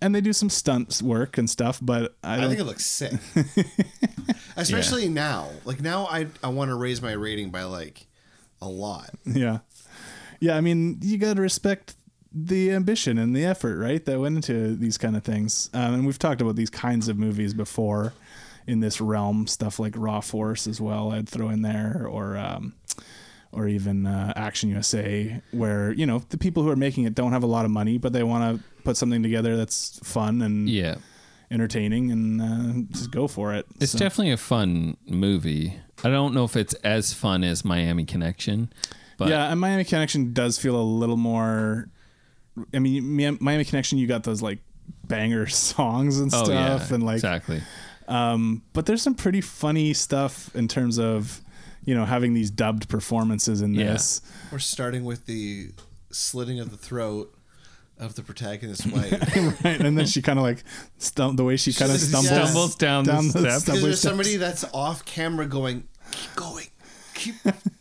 D: And they do some stunts work and stuff, but I,
E: I
D: don't,
E: think it looks sick,
D: [LAUGHS]
E: especially now. Like now, I I want to raise my rating by like a lot.
D: yeah. Yeah, I mean, you got to respect the ambition and the effort, right, that went into these kind of things. Um, and we've talked about these kinds of movies before in this realm, stuff like Raw Force as well. I'd throw in there, or um, or even uh, Action USA, where you know the people who are making it don't have a lot of money, but they want to put something together that's fun and
F: Yeah.
D: entertaining, and uh, just go for it.
F: It's
D: So-
F: definitely a fun movie. I don't know if it's as fun as Miami Connection, but
D: yeah, and Miami Connection does feel a little more. I mean, Mi- Miami Connection, you got those like banger [LAUGHS] songs and
F: oh
D: stuff,
F: yeah,
D: and like,
F: exactly.
D: um, but there's some pretty funny stuff in terms of, you know, having these dubbed performances in
F: Yeah.
D: this. [LAUGHS]
E: We're starting with the slitting of the throat of the protagonist's wife.
D: right, and then she kind of like stum- the way she kind of
E: She
D: stumbles,
F: stumbles down the steps.
E: Because
D: stumbling
E: there's somebody
D: steps.
E: that's off camera going, keep going, keep,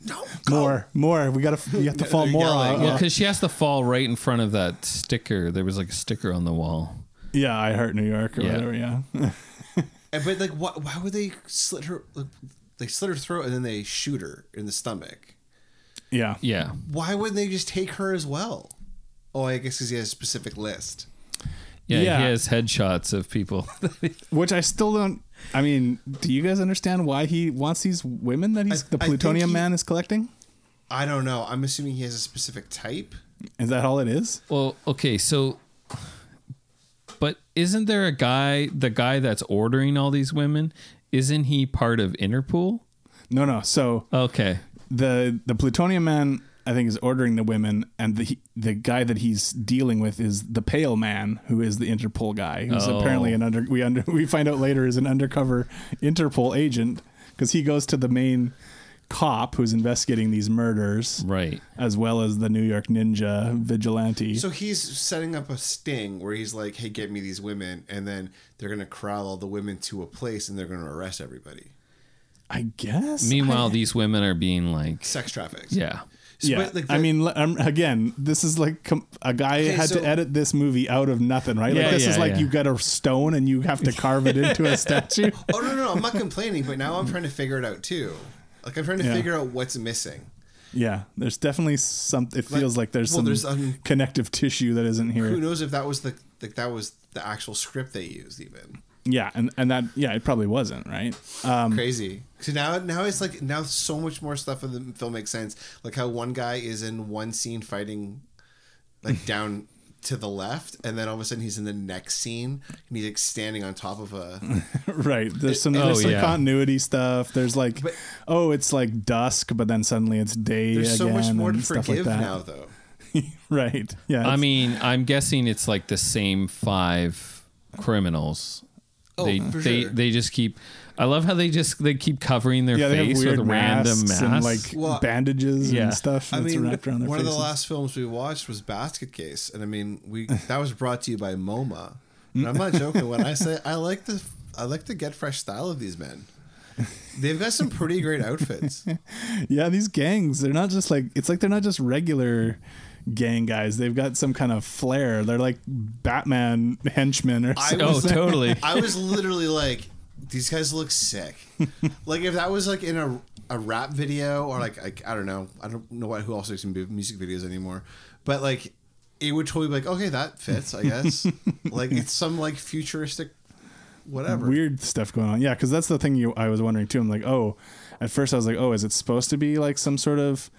E: no, go."
D: more, more. We gotta, you
E: [LAUGHS]
D: have to fall
E: They're
D: more.
E: yelling.
D: on-
F: Well, [LAUGHS]
D: uh,
F: because she has to fall right in front of that sticker. There was like a sticker on the wall.
D: yeah, I hurt New York or
F: Yeah.
D: whatever. Yeah, [LAUGHS]
E: And- But like, why, why would they slit her? Like, they slit her throat and then they shoot her in the stomach.
D: yeah,
F: Yeah,
E: Why wouldn't they just take her as well? Oh, I guess because he has a specific list.
F: yeah.
D: Yeah.
F: He has headshots of [LAUGHS] people.
D: Which I still don't. I mean, do you guys understand why he wants these women that he's
E: I-
D: the
E: I think
D: plutonium
E: he-
D: man is collecting?
E: I don't know. I'm assuming he has a specific type.
D: Is that all it is?
F: well, okay, so, but isn't there a guy? The guy that's ordering all these women, isn't he part of Interpol?
D: No, no. So
F: Okay,
D: the the plutonium man, I think, is ordering the women, and the the guy that he's dealing with is the pale man, who is the Interpol guy, who's
F: Oh.
D: apparently an under we under [LAUGHS] we find out later is an undercover Interpol agent because he goes to the main cop who's investigating these murders,
F: right.
D: as well as the New York ninja vigilante.
E: So he's setting up a sting where he's like, "Hey, get me these women," and then they're gonna corral all the women to a place and they're gonna arrest everybody.
D: I guess.
F: Meanwhile, these women are being like,
E: Sex trafficked.
F: yeah,
E: So,
D: yeah,
E: but, like,
D: I
E: the-
D: mean, l- um, again, this is like com- a guy
E: Okay,
D: had
E: so-
D: to edit this movie out of nothing, right? like
F: Yeah,
D: this
F: yeah,
D: is like
F: yeah.
D: you got a stone and you have to carve it into
E: [LAUGHS]
D: a statue.
E: Oh no, no, no! I'm not complaining, but now I'm trying to figure it out too. Like I'm trying to
D: Yeah.
E: figure out what's missing.
D: Yeah, there's definitely some. It
E: Like-
D: feels like, there's
E: well,
D: some
E: there's, um,
D: connective tissue that isn't
E: Who
D: here.
E: knows if that was the like that was the actual script they used even.
D: Yeah, and and that yeah, it probably wasn't right. [LAUGHS]
E: Crazy. So now now it's like now so much more stuff in the film makes sense. Like how one guy is in one scene fighting
D: [LAUGHS]
E: like down to the left and then all of a sudden he's in the next scene and he's like standing on top of
D: [LAUGHS]
E: a
D: Right. There's some
E: Oh,
D: there's some
F: yeah.
D: continuity stuff. There's like
E: But-
D: oh, it's like dusk, but then suddenly it's day
E: There's so
D: again
E: much more to
D: and stuff
E: forgive
D: like that.
E: now though.
D: [LAUGHS] Right. Yeah.
F: I
D: it's-
F: mean, I'm guessing it's like the same five criminals.
E: Oh,
F: they
E: for
F: they
E: sure.
F: they just keep. I love how they just they keep covering their
D: yeah, they have
F: face
D: weird
F: with random
D: masks
F: masks.
D: and like
E: Well,
D: bandages
F: yeah.
D: and stuff
E: I
D: that's
E: mean,
D: wrapped around their
E: one
D: faces.
E: of the last films we watched was Basket Case, and I mean, we
D: [LAUGHS]
E: that was brought to you by MoMA. And I'm not joking when I say I like the I like the get fresh style of these men. They've got some pretty great outfits.
D: Yeah, these gangs, they're not just like it's like they're not just regular gang guys. They've got some kind of flair. They're like Batman henchmen or something. [LAUGHS]
F: oh, totally.
E: I was literally like, these guys look sick. Like if that was like in a a rap video or like I, I don't know I don't know what who else makes mu- music videos anymore, but like it would totally be like okay that fits I guess. like it's some like futuristic whatever.
D: weird stuff going on. Yeah, because that's the thing you I was wondering too. I'm like, oh, at first I was like, oh, is it supposed to be like some sort of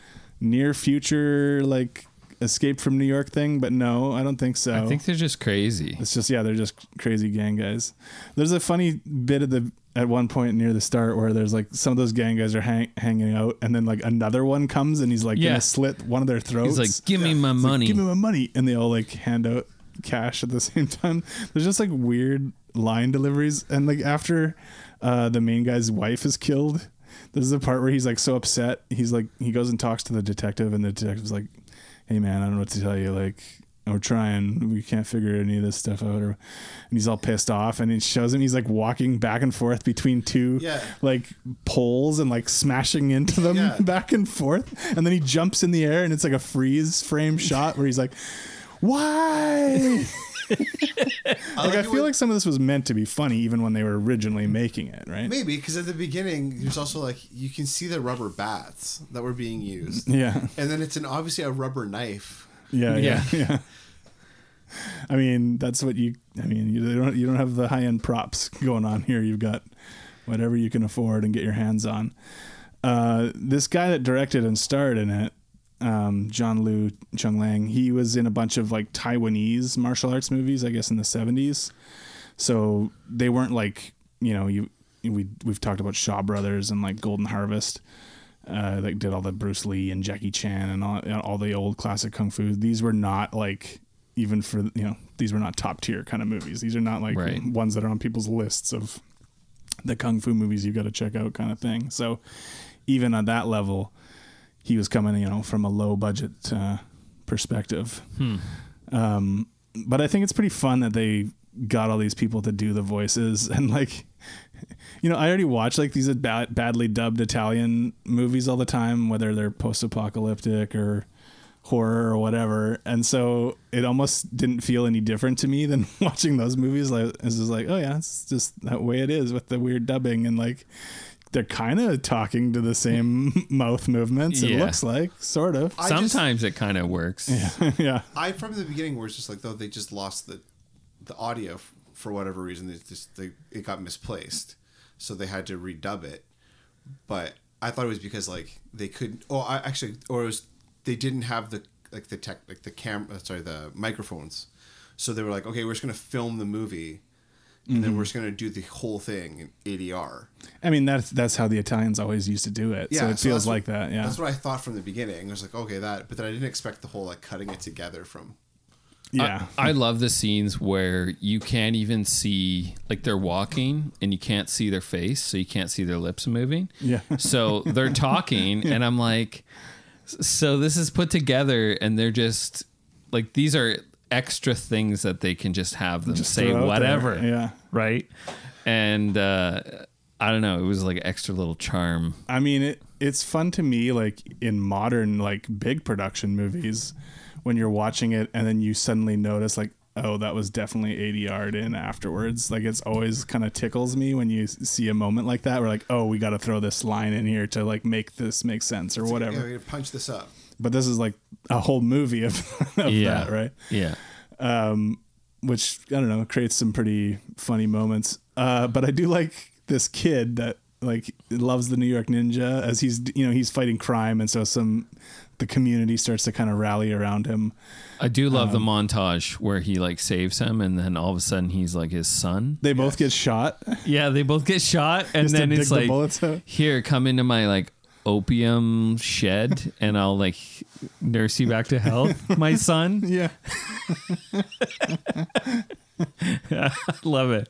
D: near future like escape from New York thing? But no, I don't think so.
F: I think they're just crazy.
D: It's just yeah, they're just crazy gang guys. There's a funny bit at the at one point near the start where there's like some of those gang guys are hang, hanging out, and then like another one comes and he's like
F: Yeah.
D: gonna slit one of their throats.
F: He's like, give me my
D: He's like,
F: money.
D: give me my money, and they all like hand out cash at the [LAUGHS] same time. There's just like weird line deliveries, and like after uh, the main guy's wife is killed, there's the part where he's like so upset. He's like he goes and talks to the detective, and the detective's like, "Hey man, I don't know what to tell you. Like we're trying, we can't figure any of this stuff out." Or, and he's all pissed off, and it shows him he's like walking back and forth between two
E: Yeah.
D: like poles and like smashing into them
E: Yeah.
D: [LAUGHS] back and forth and then he jumps in the air and it's like a freeze frame shot where he's like why like I feel like some of this was meant to be funny, even when they were originally making it, right?
E: Maybe because at the beginning, there's also like you can see the rubber bats that were being used.
D: Yeah.
E: and then it's an obviously a rubber knife.
D: Yeah, yeah, yeah. I mean, that's what you. I mean, you don't you don't have the high end props going on here. You've got whatever you can afford and get your hands on. Uh, this guy that directed and starred in it, um, John Liu Chung Lang, he was in a bunch of like Taiwanese martial arts movies, I guess, in the seventies. So they weren't like you know you we we've talked about Shaw Brothers and like Golden Harvest uh, like did all the Bruce Lee and Jackie Chan and all, and all the old classic kung fu. These were not like even for you know these were not top tier kind of movies. These are not like
F: Right.
D: ones that are on people's lists of the kung fu movies you've got to check out kind of thing. So even on that level, he was coming you know from a low budget uh, perspective. Um, but I think it's pretty fun that they got all these people to do the voices [LAUGHS] and like you know, I already watch like these bad, badly dubbed Italian movies all the time, whether they're post-apocalyptic or horror or whatever. And so it almost didn't feel any different to me than [LAUGHS] watching those movies. Like it's just like, oh yeah, it's just that way it is with the weird dubbing and like they're kind of talking to the same [LAUGHS] mouth movements. It
F: Yeah.
D: looks like sort of.
E: I just-
F: Sometimes it kind of works.
D: yeah.
E: I from the beginning where it's just like though they just lost the the audio f- for whatever reason. They just they it got misplaced, so they had to redub it. But I thought it was because like they couldn't. Oh, I actually or it was they didn't have the like the tech like the camera sorry the microphones, so they were like okay we're just gonna film the movie, and
D: Mm-hmm.
E: then we're just gonna do the whole thing in ADR.
D: I mean, that's, that's how the Italians always used to do it. so it feels
E: that's what-
D: like that. Yeah.
E: that's what I thought from the beginning. I was like, okay, that, but then I didn't expect the whole like cutting it together from.
D: yeah.
F: I love the scenes where you can't even see, like they're walking and you can't see their face, so you can't see their lips moving.
D: Yeah.
F: So they're
D: [LAUGHS]
F: talking, and I'm like, so this is put together, and they're just like, these are extra things that they can just have them say
D: throw out
F: whatever.
D: there. Yeah.
F: Right. And uh, I don't know. It was like extra little charm.
D: I mean, it it's fun to me like in modern like big production movies when you're watching it and then you suddenly notice like oh that was definitely ADR'd in afterwards. Like it's always kind of tickles me when you s- see a moment like that where like oh we got to throw this line in here to like make this make sense or
E: Yeah,
D: whatever.
E: we punch this up.
D: But this is like a whole movie of, [LAUGHS] of
F: Yeah.
D: that, right?
F: Yeah.
D: which I don't know creates some pretty funny moments. Uh, but I do like this kid that like loves the New York Ninja as he's you know he's fighting crime, and so some the community starts to kind of rally around him.
F: I do love the montage where he like saves him, and then all of a sudden he's like his son.
D: They both get
F: [LAUGHS]
D: shot.
F: Yeah, they both get shot, and
D: Just to
F: then
D: dig
F: it's
D: the
F: like,
D: bullets out.
F: here, come into my like opium shed, and I'll like nurse you back to health,
D: [LAUGHS]
F: my son.
D: Yeah,
F: Love it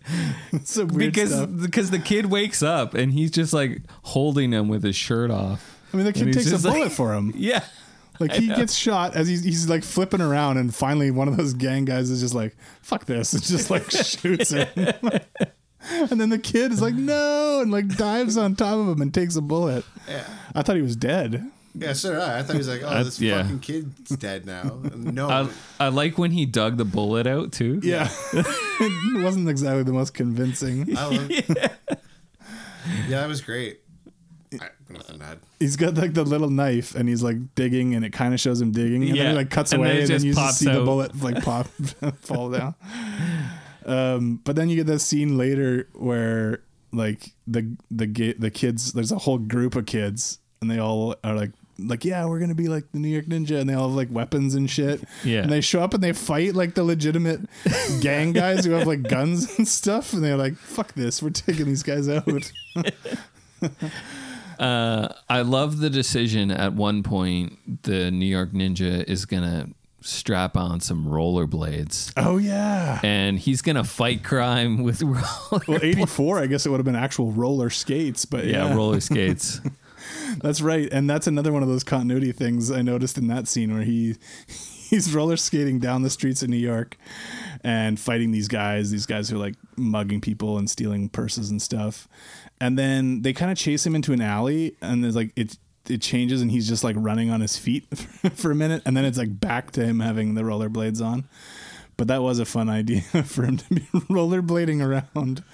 D: it's some weird
F: because
D: stuff.
F: because the kid wakes up and he's just like holding him with his
D: [LAUGHS]
F: shirt off.
D: I mean, the kid
F: and he's
D: takes a
F: just like-
D: bullet for
F: [LAUGHS]
D: him.
F: Yeah,
D: Like he gets shot as he's, he's like flipping around, and finally one of those gang guys is just like, "Fuck this!" and just
F: [LAUGHS]
D: like shoots him. [LAUGHS] and then the kid is like, "No!" and like dives on top of him and takes a bullet.
E: Yeah.
D: I thought he was dead.
E: Yeah, so did I. I thought he was like, oh,
F: That's-
E: this
F: yeah.
E: fucking kid's dead now. [LAUGHS] No.
F: I, I like when he dug the bullet out too.
D: Yeah. [LAUGHS] it wasn't exactly the most convincing.
E: I love- [LAUGHS] yeah. that was great. I, nothing bad.
D: He's got like the little knife and he's like digging and it kind of shows him digging and then
F: Yeah.
D: he like cuts
F: And then
D: away
F: it
D: and then
F: just
D: you
F: pops
D: just see the
F: out.
D: bullet
F: [LAUGHS]
D: like pop [LAUGHS] fall down. Um, but then you get that scene later where like the the ga- the kids there's a whole group of kids and they all are like like yeah we're gonna be like the New York Ninja and they all have like weapons and shit
F: Yeah.
D: and they show up and they fight like the
F: [LAUGHS]
D: legitimate gang guys who have like guns and stuff and they're like fuck this we're taking these guys
F: [LAUGHS]
D: out
F: Uh, I love the decision at one point the New York Ninja is gonna strap on some rollerblades
D: oh yeah
F: and he's gonna fight crime with [LAUGHS] roller
D: Well, 84, I guess it would have been actual roller skates, but yeah, [LAUGHS]
F: yeah, roller skates.
D: that's right. And that's another one of those continuity things I noticed in that scene where he [LAUGHS] he's roller skating down the streets of New York and fighting these guys, these guys who are like mugging people and stealing purses and stuff. And then they kind of chase him into an alley and there's like it it changes and he's just [LAUGHS] like running on his feet for a minute and then it's like back to him having the rollerblades on. But that was a fun idea [LAUGHS] for him to be rollerblading around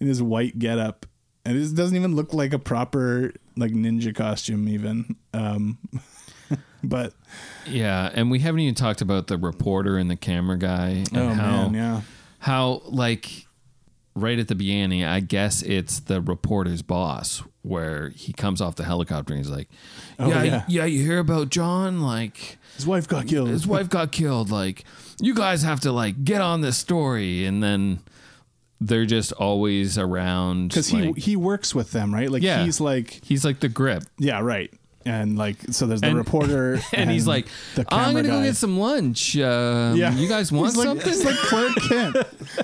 D: in his white getup, and it doesn't even look like a proper like ninja costume even. Um, [LAUGHS] but
F: Yeah, and we haven't even talked about the reporter and the camera guy and
D: oh
F: how
D: man, yeah,
F: how like right at the beginning, I guess it's the reporter's boss where he comes off the helicopter and he's like,
D: Oh,
F: yeah,
D: yeah.
F: yeah, you hear about John like
D: his wife got killed.
F: his wife got killed. Like, you guys have to like get on this story, and then they're just always around
D: because
F: like-
D: he he works with them, right? Like
F: Yeah.
D: he's like
F: he's like the grip,
D: yeah, right. And like so, there's the
F: And-
D: reporter,
F: [LAUGHS] and, he's like,
D: the
F: I'm
D: camera
F: gonna go
D: guy.
F: get some lunch. Um,
D: Yeah,
F: you guys
D: [LAUGHS]
F: want
D: He's like-
F: something? [LAUGHS]
D: It's like Clark Kent.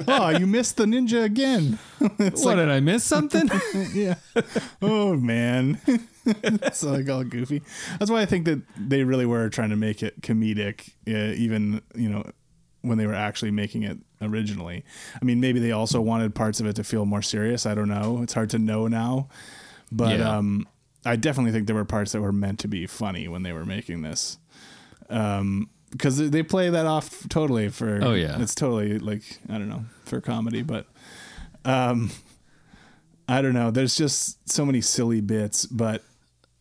D: oh, you missed the ninja again. It's
F: what did I
D: [LAUGHS]
F: miss something? [LAUGHS]
D: like, yeah. Oh man, [LAUGHS] it's like all goofy. That's why I think that they really were trying to make it comedic, uh, even you know when they were actually making it originally. I mean, maybe they also wanted parts of it to feel more serious. I don't know. It's hard to know now, but
F: Yeah.
D: um, I definitely think there were parts that were meant to be funny when they were making this. Um, because they play that off totally for
F: Oh, yeah.
D: it's totally like I don't know for comedy, but um, I don't know. There's just so many silly bits, but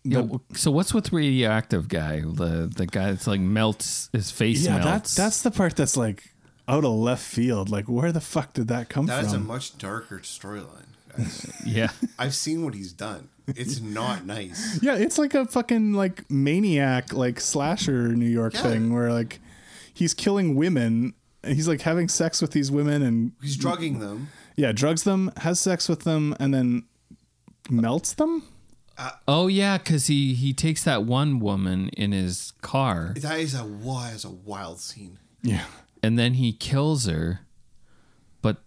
F: Yeah, w- so what's with radioactive guy? The the guy that's like melts his face
D: yeah,
F: melts.
D: that's that's the part that's like out of left field. Like, where the fuck did that come
E: That
D: from?
E: is a much darker storyline. guys.
D: [LAUGHS]
F: yeah.
E: I've seen what he's done. It's not nice.
D: yeah, it's like a fucking like maniac like slasher New York
E: Yeah.
D: thing where like he's killing women. He's like having sex with these women and
E: He's drugging them.
D: yeah, drugs them, has sex with them, and then melts them.
F: Oh yeah, because he he takes that one woman in his car
E: That is a why is a wild scene.
D: Yeah.
F: and then he kills her. But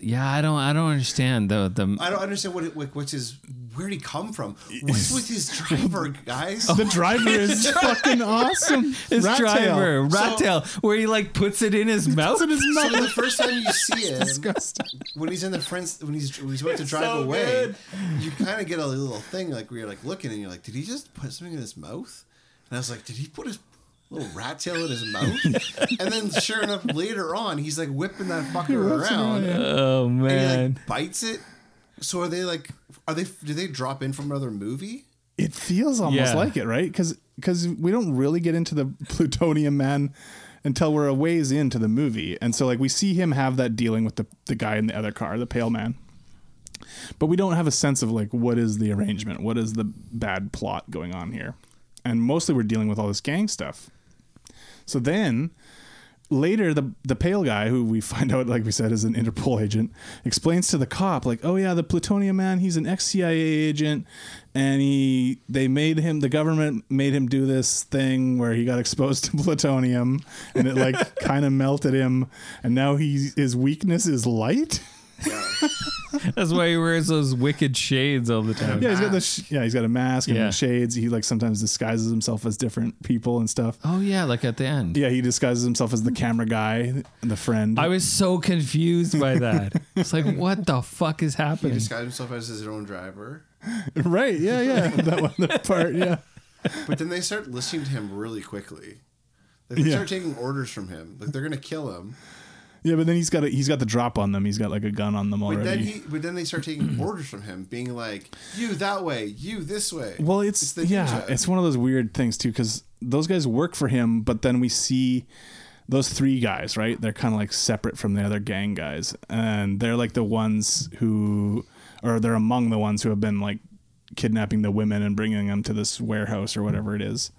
F: yeah, I don't I don't understand the the.
E: I don't understand what it, like, what's his where would he Oh. come from? What's with his driver, [LAUGHS] guys?
D: The driver
F: [LAUGHS]
D: is fucking awesome.
F: His
D: Rat tail.
F: driver,
D: [LAUGHS]
F: rat
E: So-
F: tail, where he like puts it in his mouth. [LAUGHS]
D: It's
E: So
D: not
E: the first time you [LAUGHS] see him,
D: disgusting.
E: when he's in the friends, when he's when he's about to drive
F: so
E: away,
F: good.
E: you kind of get a little thing like where you're like looking and you're like, did he just put something in his mouth? And I was like, did he put his little rat tail in his mouth?
F: [LAUGHS]
E: and then sure enough, later on, he's like whipping that fucker
D: What's wrong,
E: around
D: yeah.
F: Oh
E: and he
F: man,
E: like bites it. So are they like, are they? Do they drop in from another movie?
D: it feels almost
F: Yeah.
D: like it, right? Because we don't really get into the plutonium man until we're a ways into the movie, and so like we see him have that dealing with the the guy in the other car, the pale man. But we don't have a sense of like what is the arrangement, what is the bad plot going on here, and mostly we're dealing with all this gang stuff. So then later the the pale guy who we find out like we said is an interpol agent explains to the cop like oh yeah the plutonium man he's an ex-cia agent and he they made him the government made him do this thing where he got exposed [LAUGHS] to plutonium and it
F: [LAUGHS]
D: like kind of melted him and now he's his weakness is light
F: that's why he wears those wicked shades all the time.
D: yeah he's got the sh- yeah he's got a mask and
F: Yeah.
D: shades he like sometimes disguises himself as different people and stuff
F: Oh yeah, like at the end.
D: yeah he disguises himself as the camera guy the friend
F: I was so confused by [LAUGHS] that. it's like, what the fuck is
E: He
F: happening?
E: disguised himself as his own driver,
D: [LAUGHS] right yeah yeah [LAUGHS] that one that part yeah
E: but then they start listening to him really quickly. Like they
D: Yeah.
E: start taking orders from him. Like they're gonna kill him.
D: Yeah, but then he's got a, he's got the drop on them. He's got like a gun on them
E: But
D: already.
E: then he, but then they
D: [CLEARS THROAT]
E: start taking orders from him, being like, "You that way, you this way."
D: well, it's, yeah,
E: ninja.
D: it's one of those weird things too because those guys work for him, but then we see those three guys, right? They're kind of like separate from the other gang guys, and they're like the ones who, or they're among the ones who have been like kidnapping the women and bringing them to this warehouse or whatever it is.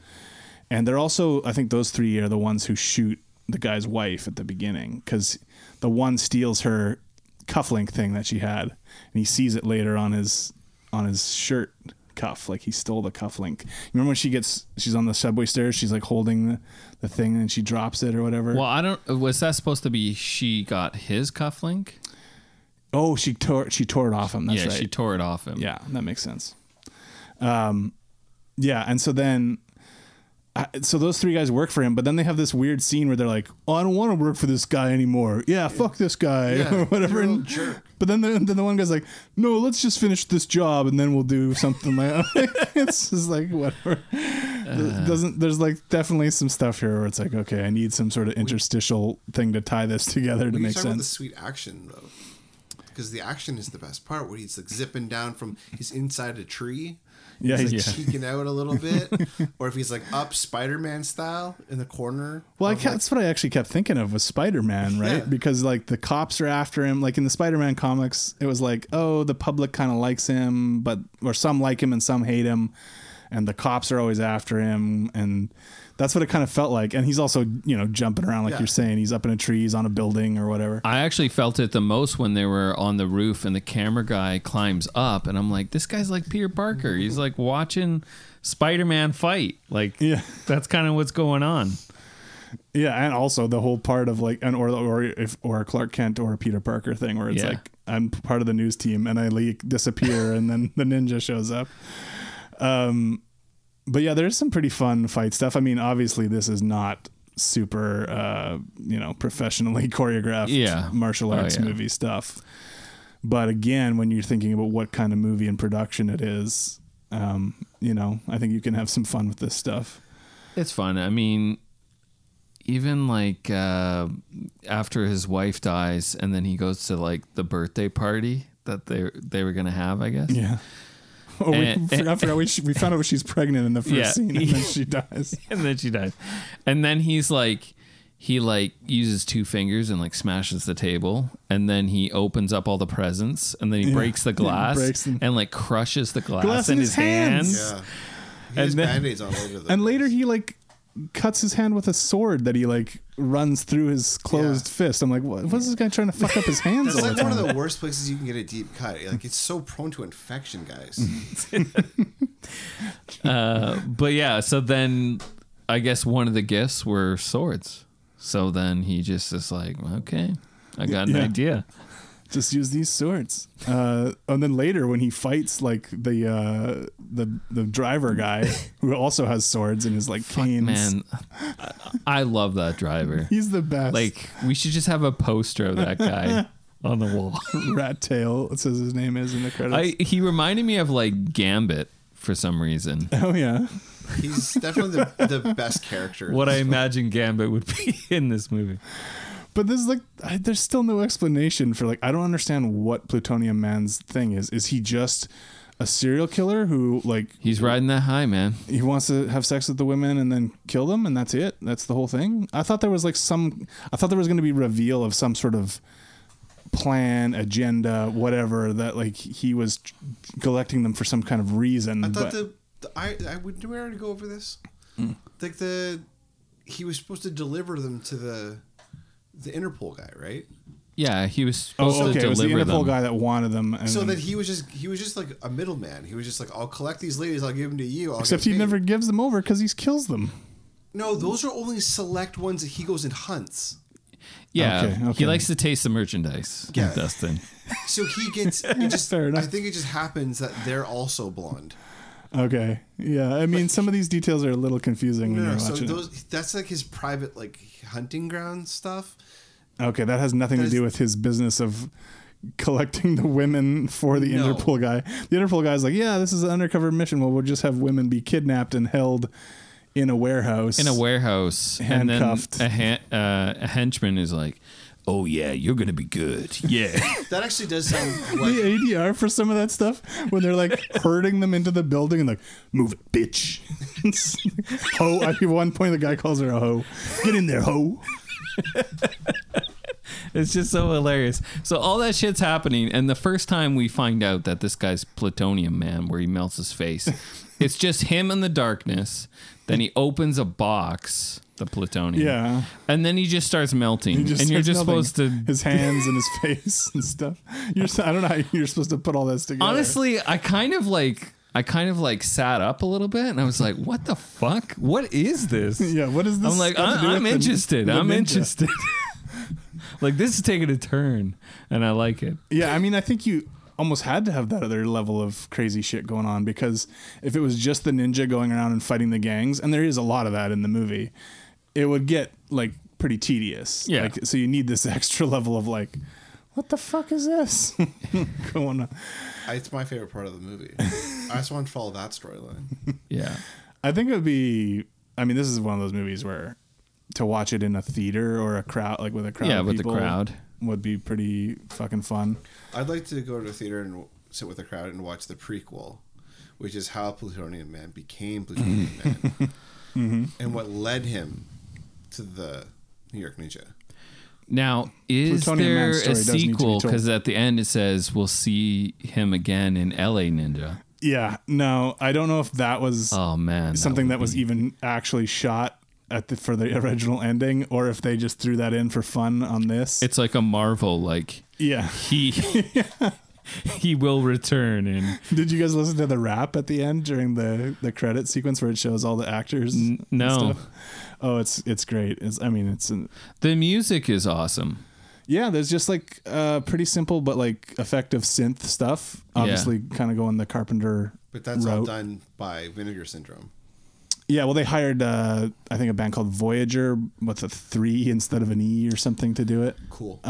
D: And they're also, I think those three are the ones who shoot the guy's wife at the beginning because the one steals her cufflink thing that she had, and he sees it later on his on his shirt cuff, like he stole the cufflink. Remember when she gets, she's on the subway stairs, she's like holding the, the thing and she drops it or whatever.
F: Well, I don't. Was that supposed to be she got his cufflink?
D: Oh, she tore she tore it off him. That's
F: yeah,
D: right.
F: she tore it off him.
D: Yeah, that makes sense. Um, yeah, and so then, I, so those three guys work for him, but then they have this weird scene where they're like, "Oh, I don't want to work for this guy anymore. Yeah, fuck this guy [LAUGHS]
E: Yeah,
D: or whatever."
E: you're a
D: And-
E: jerk.
D: But then, the, then the one guy's like, "No, [LAUGHS] let's just finish this job and then we'll do something like." it's just like whatever. th- doesn't there's like definitely some stuff here where it's like okay, I need some sort of interstitial thing to tie this together to
E: We
D: make
E: talk about the
D: sense.
E: sweet action though, because the action is the best part. Where he's like zipping down from he's inside a tree,
D: Yeah,
E: he's like
D: yeah.
E: cheeking out a little bit,
D: [LAUGHS]
E: or if he's like up Spider-Man style in the corner.
D: Well, I
E: of,
D: ca-
E: like-
D: that's what I actually kept thinking of was Spider Man, right?
E: Yeah.
D: Because like the cops are after him. Like in the Spider Man comics, it was like, oh, the public kind of likes him, but or some like him and some hate him, and the cops are always after him, and that's what it kind of felt like. And he's also, you know, jumping around like
E: Yeah.
D: you're saying. He's up in a tree, he's on a building or whatever.
F: I actually felt it the most when they were on the roof and the camera guy climbs up, and I'm like, this guy's like Peter Parker. He's like watching Spider Man fight. Like,
D: Yeah.
F: that's kind of what's going on.
D: Yeah, and also the whole part of like an or or if or a Clark Kent or a Peter Parker thing where it's
F: Yeah.
D: like I'm part of the news team and I leak disappear and then the ninja shows up. Um but yeah, there's some pretty fun fight stuff. I mean, obviously this is not super uh, you know, professionally [LAUGHS] choreographed
F: Yeah.
D: martial
F: Oh,
D: arts
F: yeah.
D: movie stuff. But again, when you're thinking about what kind of movie and production it is, um, you know, I think you can have some fun with this stuff.
F: It's fun. I mean, even like uh, after his wife dies, and then he goes to like the birthday party that they they were gonna have, I guess.
D: [LAUGHS] Yeah. Oh, we,
F: And-
D: forgot- forgot we, we found out she's pregnant in the first
F: Yeah.
D: scene, and then
F: [LAUGHS]
D: she dies.
F: and then she dies. And then he's like, he like uses two fingers and like smashes the table, and then he opens up all the presents, and then he
D: Yeah.
F: breaks the
D: [LAUGHS] He
F: glass
D: breaks them.
F: and like crushes the glass,
D: Glass
F: in, his hands.
E: yeah, he
F: And
E: has
F: then-
E: band-aids all over the
D: And later,
E: place.
D: he like cuts his hand with a sword that he like runs through his closed
E: Yeah.
D: fist. I'm like, what? What's this guy trying to fuck up his hands
E: That's
D: all the
E: like
D: time?
E: one of the worst places you can get a deep cut. Like it's so prone to infection,
D: [LAUGHS]
E: guys.
F: But yeah, so then I guess one of the gifts were swords. So then he just is like, okay, I got an
D: Yeah.
F: idea.
D: Just use these swords. Uh, and then later, when he fights like the uh, the the driver
F: [LAUGHS]
D: guy who also has swords and is like
F: Fuck,
D: canes.
F: man, I- I love that driver.
D: [LAUGHS] He's the best.
F: Like we should just have a poster of
D: [LAUGHS]
F: that guy on the wall.
D: Rat Tail, it says his name is in the credits.
F: I he reminded me of like Gambit for some reason.
D: [LAUGHS] oh yeah,
E: He's definitely the, the best character.
F: [LAUGHS] What I imagine Gambit would be [LAUGHS] in this movie.
D: But there's like, I, there's still no explanation for like, I don't understand what Plutonium Man's thing is. Is he just a serial killer who like
F: He's riding that high, man.
D: he wants to have sex with the women and then kill them and that's it? That's the whole thing. I thought there was like some, I thought there was going to be reveal of some sort of plan, agenda, whatever that like he was tr- collecting them for some kind of reason.
E: I thought
D: but Hmm.
E: the, the I I would did we already go over this? Like the he was supposed to deliver them to the the Interpol guy, right?
F: Yeah, he was supposed
D: oh, okay,
F: to
D: it was the
F: deliver
D: Interpol
F: them.
D: guy that wanted them. And
E: So
D: then-
E: that he was just he was just like a middleman. He was just like, I'll collect these ladies, I'll give them to you. I'll
D: except he
E: get paid."
D: never gives them over because he kills them.
E: No, those are only select ones that he goes and hunts.
F: Yeah,
D: Okay, okay.
F: he likes to taste the merchandise.
E: Yeah.
F: Dustin.
E: So he
D: [LAUGHS]
E: gets it just
D: Fair enough.
E: I think it just happens that they're also blonde.
D: Okay. Yeah. I mean, some of these details are a little confusing when
E: No,
D: you're
E: so
D: watching. it.
E: those that's like his private like hunting ground stuff.
D: okay, that has nothing to
E: There's-
D: do with his business of collecting the women for the
E: No.
D: Interpol guy. The Interpol guy's like, yeah, this is an undercover mission. Well, we'll just have women be kidnapped and held in a warehouse.
F: In a warehouse.
D: Handcuffed.
F: And then a, hen- uh, a henchman is like, Oh yeah, you're gonna be good. Yeah. [LAUGHS]
E: That actually
D: [LAUGHS]
E: does sound like
D: [LAUGHS] The ADR for some of that stuff when they're like [LAUGHS] herding them into the building and like move it, bitch. [LAUGHS] ho! At one point, the guy calls her a hoe. Get in there, hoe.
E: [LAUGHS]
F: It's just so hilarious. So all that shit's happening, and the first time we find out that this guy's plutonium man, where he melts his
D: [LAUGHS]
F: face, it's just him in the darkness. Then he opens a box, the plutonium,
D: Yeah.
F: and then he just starts melting,
D: He just
F: and you're
D: starts
F: just
D: melting
F: supposed to.
D: his hands and his [LAUGHS] face and stuff. You're so- I don't know how you're supposed to put all this together.
F: Honestly, I kind of like. I kind of like sat up a little bit and I was like, what the fuck? What is
D: [LAUGHS]
F: this?
D: yeah. What is this?
F: I'm like,
D: got to
F: I'm,
D: do with
F: I'm
D: the-
F: interested.
D: the
F: I'm
D: ninja?"
F: interested. [LAUGHS] like, this is taking a turn and I like it.
D: Yeah, I mean, I think you almost had to have that other level of crazy shit going on because if it was just the ninja going around and fighting the gangs, and there is a lot of that in the movie, it would get like pretty tedious.
F: Yeah.
D: Like, so you need this [LAUGHS] extra level of like, what the fuck is this [LAUGHS] going on? [LAUGHS]
E: it's my favorite part of the movie. I just want to follow that storyline.
F: Yeah.
D: I think it would be. I mean, this is one of those movies where to watch it in a theater or a crowd, like with a crowd,
F: Yeah,
D: of
F: with the
D: people
F: crowd.
D: would be pretty fucking fun.
E: I'd like to go to a theater and w- sit with a crowd and watch the prequel, which is how Plutonium Man became
D: [LAUGHS]
E: Plutonium Man
D: Mm-hmm.
E: and what led him to the New York Ninja.
F: Now, is
D: Plutonium
F: there
D: Man's story
F: a
D: does need to be
F: sequel?
D: told.
F: Because at the end it says we'll see him again in L.A. Ninja.
D: Yeah. No, I don't know if that was
F: Oh man,
D: something
F: would
D: that was
F: be-
D: even actually shot at the for the original ending, or if they just threw that in for fun on this.
F: It's like a Marvel. Like
D: yeah. [LAUGHS]
F: he [LAUGHS] he will return and
D: Did you guys listen to the rap at the end during the the credit sequence where it shows all the actors? and
F: no.
D: stuff? Oh, it's it's great. It's I mean it's an,
F: the music is awesome.
D: yeah. There's just like uh, pretty simple but like effective synth stuff. Obviously, kind of going the Carpenter.
E: But that's all
D: route.
E: done by Vinegar Syndrome.
D: Yeah, well, they hired uh, I think a band called Voyager with a three instead of an E or something to do it.
E: Cool.
D: [LAUGHS]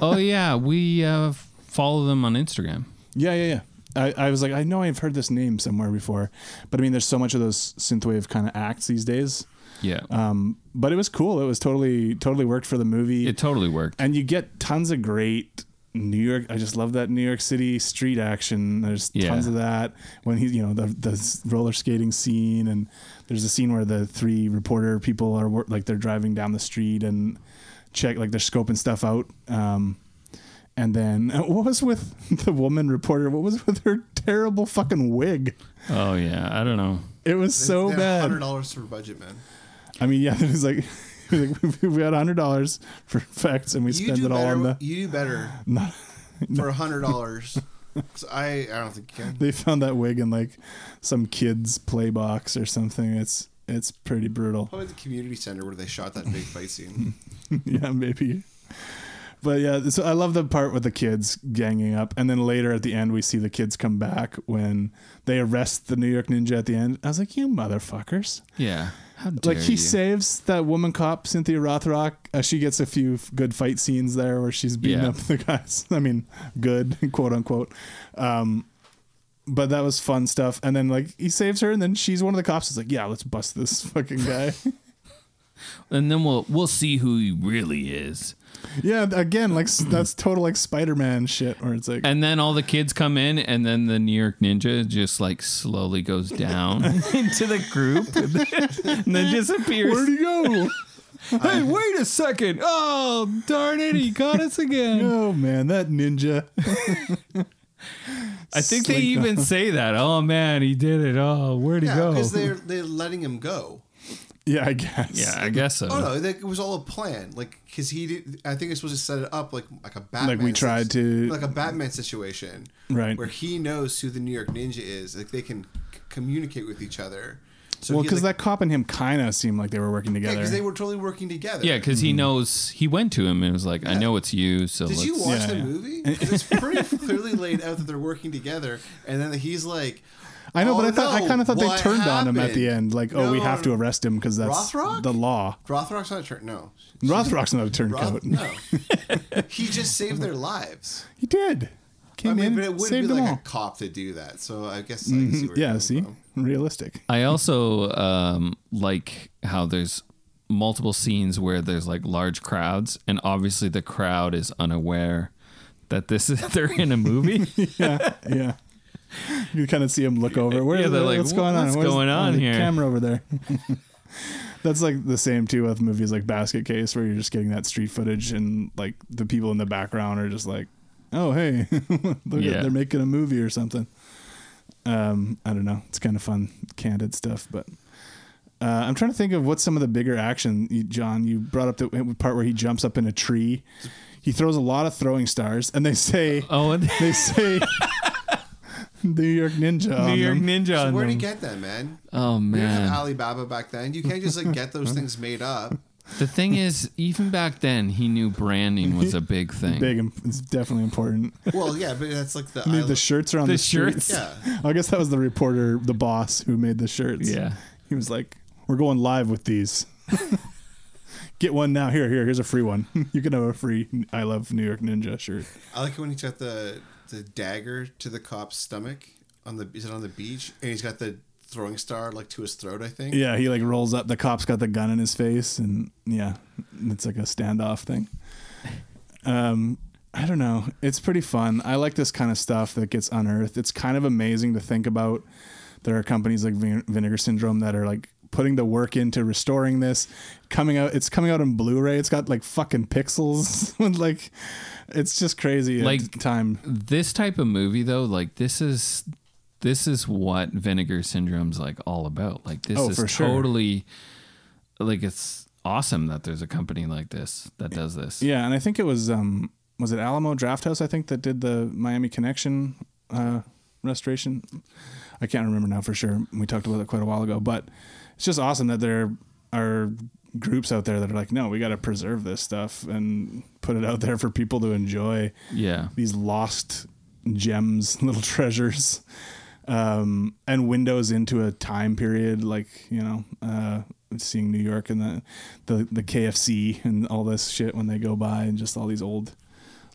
F: oh yeah, we uh, follow them on Instagram.
D: Yeah, yeah, yeah. I, I was like, I know I've heard this name somewhere before, but I mean, there's so much of those synthwave kind of acts these days.
F: Yeah,
D: Um, But it was cool. It was totally, totally worked for the movie.
F: it totally worked.
D: and you get tons of great New York. I just love that New York City street action. There's
F: Yeah.
D: tons of that when he, you know, the the s- roller skating scene, and there's a scene where the three reporter people are wor- like they're driving down the street and check like they're scoping stuff out. Um, and then [LAUGHS] uh, what was with [LAUGHS] the woman reporter? What was with her terrible fucking wig?
F: Oh yeah, I don't know.
D: It was so bad.
E: Hundred dollars for budget, man.
D: I mean, yeah, [LAUGHS] it was like. [LAUGHS] we had hundred dollars for effects, and we spent it all
E: better.
D: on the.
E: You
D: [SIGHS]
E: do better [LAUGHS]
D: [LAUGHS]
E: for hundred dollars. I I don't think you can.
D: they found that wig in like some kid's play box or something. It's it's pretty brutal. [LAUGHS]
E: Probably the community center where they shot that big fight scene.
D: yeah, maybe. But yeah, so I love the part with the kids ganging up, and then later at the end we see the kids come back when they arrest the New York Ninja at the end. I was like, you motherfuckers!
F: Yeah, how dare
D: Like he
F: you?
D: saves that woman cop Cynthia Rothrock. Uh, she gets a few f- good fight scenes there where she's beating
F: Yeah.
D: up [LAUGHS] the guys. I mean, good [LAUGHS] quote unquote. Um, but that was fun stuff. And then like he saves her, and then she's one of the cops. Is like, yeah, let's bust this [LAUGHS] fucking guy.
F: and then we'll we'll see who he really is.
D: yeah, again, like s- that's total like Spider Man shit. Where it's like,
F: And then all the kids come in, and then the New York Ninja just like slowly goes down [LAUGHS] into the group and then, [LAUGHS] and then disappears.
D: where'd he
F: [LAUGHS]
D: go?
F: hey, wait a second. Oh, darn it. He got us again.
D: [LAUGHS] oh man, that ninja. [LAUGHS]
F: I think they
D: Slinked
F: even say that. Oh, man, he did it. Oh, where'd he
E: Yeah,
F: go?
E: because they're they're letting him go.
D: yeah, I guess.
F: Yeah, I guess so.
E: Oh no, that, it was all a plan. Like, cause he did. I think it's supposed to set it up like like a Batman.
D: Like we tried to-
E: like a Batman situation,
D: Right.
E: Where he knows who the New York Ninja is. Like they can c- communicate with each other. So
D: Well,
E: he,
D: because
E: like,
D: that cop and him kind of seemed like they were working
E: yeah,
D: together.
E: because they were totally working together.
F: Yeah, because he knows he went to him and was like, I know it's you. So
E: Mm-hmm. Did
F: let's.
E: you watch
D: Yeah,
E: the
D: yeah.
E: movie? 'Cause It's
D: [LAUGHS]
E: pretty clearly laid out that they're working together, and then he's like,
D: I know,
E: Oh,
D: but I thought I
E: no,
D: kind of thought they
E: what
D: turned on him at the
E: happened?
D: end, like, oh, we
E: No,
D: have to arrest him because that's
E: Rothrock?
D: the law.
E: "Rothrock's not a turn. No,
D: Rothrock's not a
E: Roth,
D: turncoat.
E: no. he just saved their lives."
D: [LAUGHS] He did. Came
E: I mean,
D: in,
E: but it would
D: saved
E: be
D: them
E: like
D: all. Mm-hmm.
E: a cop to do that. So I guess I can see where you're
D: yeah,
E: coming
D: see,
E: from.
D: realistic.
F: I also um, like how there's multiple scenes where there's like large crowds, and obviously the crowd is unaware that this is [LAUGHS] they're in
D: [LAUGHS]
F: a movie.
D: Yeah, you kind of see him look over. Where
F: Yeah, they're like,
D: what's
F: "Wha-
D: going on?
F: what's
D: Where's
F: going on
D: the
F: here?"
D: Camera over there. [LAUGHS] That's like the same too with movies like Basket Case, where you're just getting that street footage, and like the people in the background are just like, "Oh, hey, [LAUGHS] look,
F: Yeah.
D: at, they're making a movie or something." Um, I don't know. It's kind of fun, candid stuff, but. Uh, I'm trying to think of what's some of the bigger action, you- John. You brought up the uh, part where he jumps up in a tree. He throws a lot of throwing stars, and they say,
F: oh, and
D: they
F: [LAUGHS]
D: say New York Ninja.
F: New
D: on
F: York
D: them.
F: Ninja.
E: So
F: on
E: where'd he
F: them.
E: get that, man?
F: Oh
E: We didn't
F: man.
E: have Alibaba back then. You can't just like get those things
D: [LAUGHS]
E: made up.
F: The thing is, even back then, he knew branding
D: [LAUGHS]
F: was a big thing.
D: Big, imp- it's definitely important.
E: Well, yeah, but that's like the
D: I mean,
E: Isle-
D: the shirts are on
F: The
D: the, street.
F: shirts.
E: Yeah,
D: [LAUGHS] I guess that was the reporter, the boss who made the shirts.
F: Yeah.
D: he was like, "We're going live with these. [LAUGHS] Get one now. Here, here, here's a free one. [LAUGHS] you can have a free I love New York Ninja shirt.
E: I like it when he's got the the dagger to the cop's stomach on the is it on the beach, and he's got the throwing star like to his throat. I think.
D: Yeah, he like rolls up. The cop's got the gun in his face, and yeah, it's like a standoff thing. Um, I don't know. It's pretty fun. I like this kind of stuff that gets unearthed. It's kind of amazing to think about. There are companies like Vin- Vinegar Syndrome that are like putting the work into restoring this. Coming out, it's coming out in Blu-ray. It's got like fucking pixels. [LAUGHS] like, it's just crazy. Like
F: Like-
D: time.
F: This type of movie though, like this is this is what Vinegar Syndrome's like all about. Like this
D: Oh,
F: is
D: for sure.
F: totally like it's awesome that there's a company like this that does this.
D: Yeah, and I think it was um was it Alamo Drafthouse I think that did the Miami Connection uh restoration. I can't remember now for sure. We talked about it quite a while ago, but it's just awesome that there are groups out there that are like, no, we got to preserve this stuff and put it out there for people to enjoy
F: Yeah.
D: these lost gems, [LAUGHS] little treasures, um, and windows into a time period like you know, uh, seeing New York and the, the the KFC and all this shit when they go by, and just all these old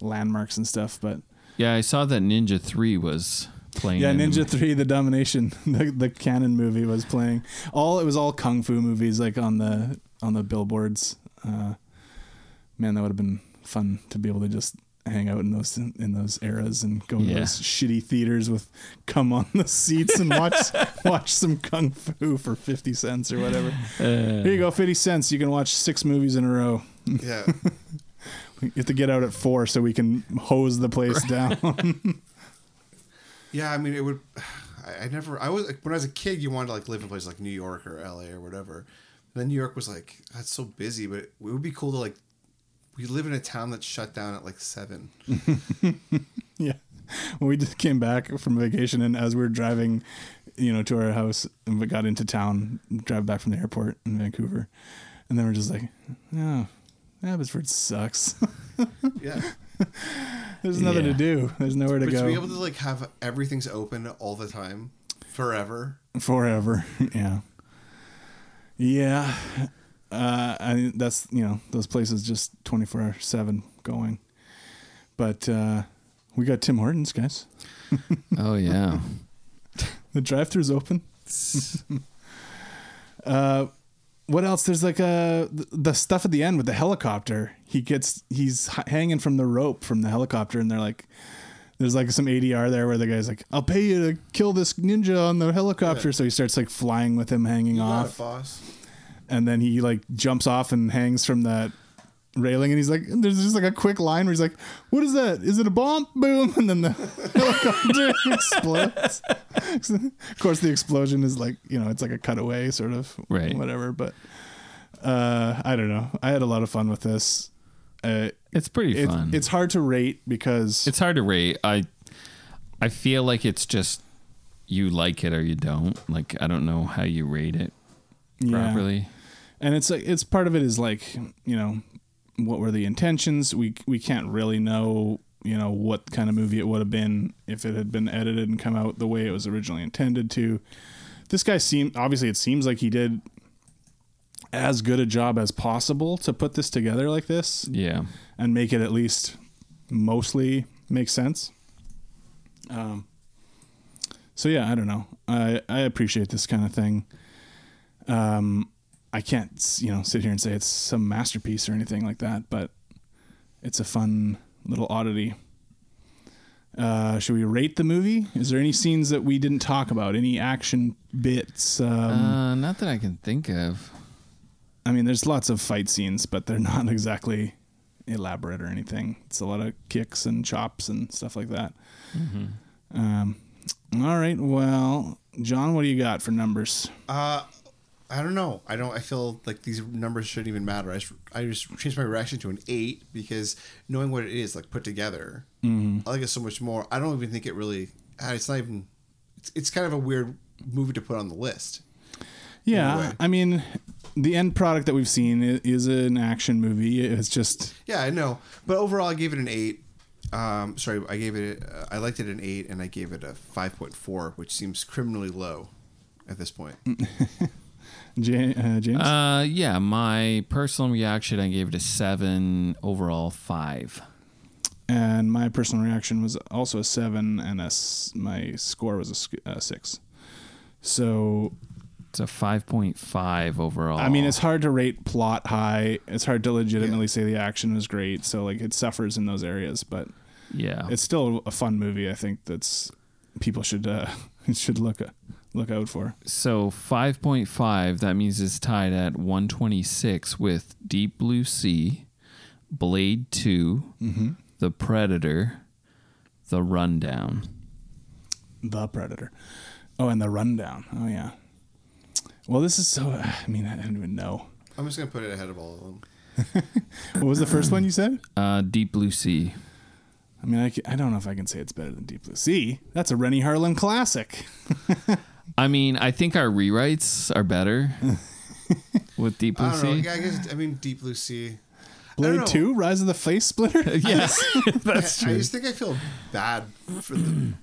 D: landmarks and stuff. But
F: Yeah, I saw that Ninja 3 was playing.
D: yeah,
F: in the
D: Ninja
F: movie.
D: Three: The Domination, [LAUGHS] the the canon movie was playing. All it was all kung fu movies, like on the on the billboards. Uh, man, that would have been fun to be able to just hang out in those in those eras and go to
F: Yeah.
D: those shitty theaters with cum on the seats and watch [LAUGHS] watch some kung fu for fifty cents or whatever. Here you go, fifty cents. You can watch six movies in a row.
E: Yeah.
D: [LAUGHS] You have to get out at four so we can hose the [LAUGHS] place down.
E: yeah. I mean, it would. [SIGHS] I, I never. I was when I was a kid. You wanted to like live in places like New York or L.A. or whatever. And then New York was like that's so busy, but it would be cool to like. We live in a town that's shut down at
D: [LAUGHS]
E: like seven.
D: Yeah. When we just came back from vacation and as we were driving, you know, to our house and we got into town, drive back from the airport in Vancouver. And then we're just like, oh, Abbotsford sucks. [LAUGHS]
E: Yeah.
D: There's nothing
F: Yeah.
D: to do. There's nowhere to
E: But to
D: go
E: be able to like have everything's open all the time, forever.
D: forever. [LAUGHS] yeah. Yeah. Uh, I that's, you know, those places just 24 hour seven going, but, uh, we got Tim Hortons guys.
F: [LAUGHS] Oh yeah.
D: [LAUGHS] The drive thru's open. uh, what else? There's like uh th- the stuff at the end with the helicopter. He gets he's h- hanging from the rope from the helicopter, and they're like, there's like some ADR there where the guy's like, "I'll pay you to kill this ninja on the helicopter." So he starts like flying with him hanging
E: Not a
D: off,
E: boss.
D: and then he like jumps off and hangs from that railing, and he's like, there's just like a quick line where he's like, "What is that? Is it a bomb? Boom!" And then the [LAUGHS] helicopter [LAUGHS] explodes. [LAUGHS] of course, the explosion is like you know it's like a cutaway sort of
F: Right.
D: whatever. But uh, I don't know. I had a lot of fun with this. Uh,
F: It's pretty
D: it,
F: fun.
D: it's hard to rate because
F: it's hard to rate. I I feel like it's just you like it or you don't. Like I don't know how you rate it
D: yeah.
F: properly.
D: and it's like it's part of it is like you know what were the intentions we we can't really know you know what kind of movie it would have been if it had been edited and come out the way it was originally intended to this guy seemed obviously it seems like he did as good a job as possible to put this together like this
F: Yeah.
D: and make it at least mostly make sense. Um, so yeah, I don't know. I I appreciate this kind of thing. Um, I can't s- you know sit here and say it's some masterpiece or anything like that, but it's a fun little oddity. Uh, should we rate the movie? Is there any scenes that we didn't talk about? Any action bits? Um,
F: Uh, not that I can think of.
D: I mean, there's lots of fight scenes, but they're [LAUGHS] not exactly elaborate or anything. It's a lot of kicks and chops and stuff like that. Um, all right. Well, John, what do you got for numbers?
E: I don't know. I don't. I feel like these numbers shouldn't even matter. I just, I just changed my reaction to an eight because knowing what it is, like put together, I like it so much more. I don't even think it really. ah, It's not even. It's, it's kind of a weird movie to put on the list.
D: Yeah.
E: way.
D: I mean, the end product that we've seen i- is an action movie. It's just,
E: Yeah, I know. But overall, I gave it an eight. Um, sorry, I gave it. A, I liked it an eight, and I gave it a five point four, which seems criminally low at this point.
D: Ja- uh, James,
F: Uh, yeah, my personal reaction, I gave it a seven overall, five.
D: and my personal reaction was also a seven, and a s- my score was a, sc- a six. So
F: It's a 5.5 overall.
D: I mean, it's hard to rate plot high. It's hard to legitimately say the action was great. So like it suffers in those areas, but
F: yeah.
D: it's still a fun movie. I think that's people should uh, [LAUGHS] should look look out for.
F: so 5.5 that means it's tied at 126 with deep blue sea blade 2
E: Mm-hmm.
F: the predator the rundown
D: The Predator. Oh, and the Rundown. Oh yeah. Well, this is so. uh, I mean, I don't even know.
E: I'm just gonna put it ahead of all of them.
D: What was the first one you said?
F: uh, deep blue sea
D: I mean, I, ca- I don't know if I can say it's better than Deep Blue Sea. That's a Rennie Harlan classic.
F: i mean i think our rewrites are
E: [LAUGHS]
F: better with deep blue
E: I don't know.
F: sea
E: Yeah, I guess I mean Deep Blue Sea. don't
D: Blade
E: know.
D: Two, Rise of the Face
E: [LAUGHS]
D: Splitter. [LAUGHS]
F: yes that's
E: I just think I feel bad for the.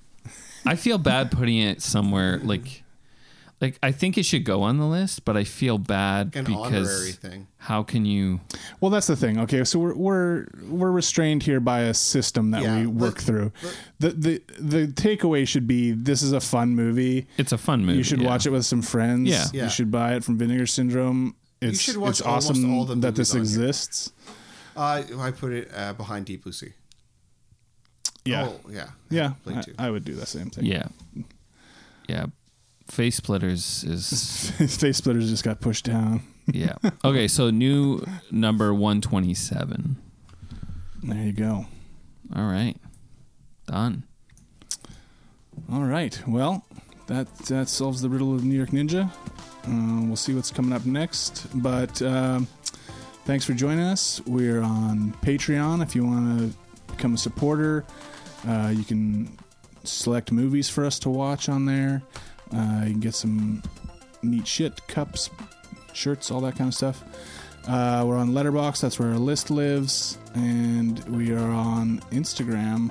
F: I feel bad putting it somewhere like like I think it should go on the list, but I feel bad
E: An honorary
F: because
E: thing.
F: how can you
D: Well, that's the thing. Okay, so we're we're we're restrained here by a system that
E: Yeah,
D: we work
E: but-
D: through. the the The takeaway should be: this is a fun movie.
F: It's a fun movie.
D: You should
F: yeah.
D: watch it with some friends.
F: Yeah.
E: Yeah.
D: You should buy it from Vinegar Syndrome. It's,
E: should watch
D: it's
E: almost
D: awesome
E: all the
D: that
E: movies
D: this
E: on here.
D: exists.
E: Uh, I put it uh, behind Deep Blue Sea.
D: Yeah.
E: Oh, yeah.
D: yeah.
E: Blade
D: I-
E: Two.
D: I, would do the same thing.
F: Yeah. Yeah. Face
D: [LAUGHS]
F: splitters is
D: [LAUGHS] Face splitters just got pushed down.
F: yeah. Okay, so new number one twenty seven.
D: There you go.
F: All right. Done.
D: All right. Well, that that solves the riddle of New York Ninja. Uh, we'll see what's coming up next. But um thanks for joining us. We're on Patreon. If you want to become a supporter, uh, you can select movies for us to watch on there. Uh, you can get some neat shit, cups, shirts, all that kind of stuff. Uh, we're on Letterbox. That's where our list lives, and we are on Instagram,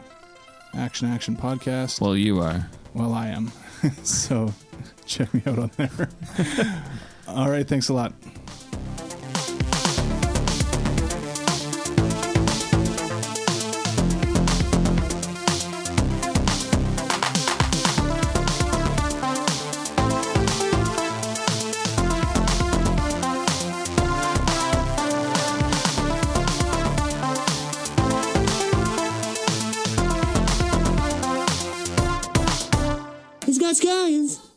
D: Action Action Podcast.
F: Well you are.
D: Well, I am. [LAUGHS] so [LAUGHS] check me out on there. [LAUGHS] All right. Thanks a lot.
K: He's got scallions.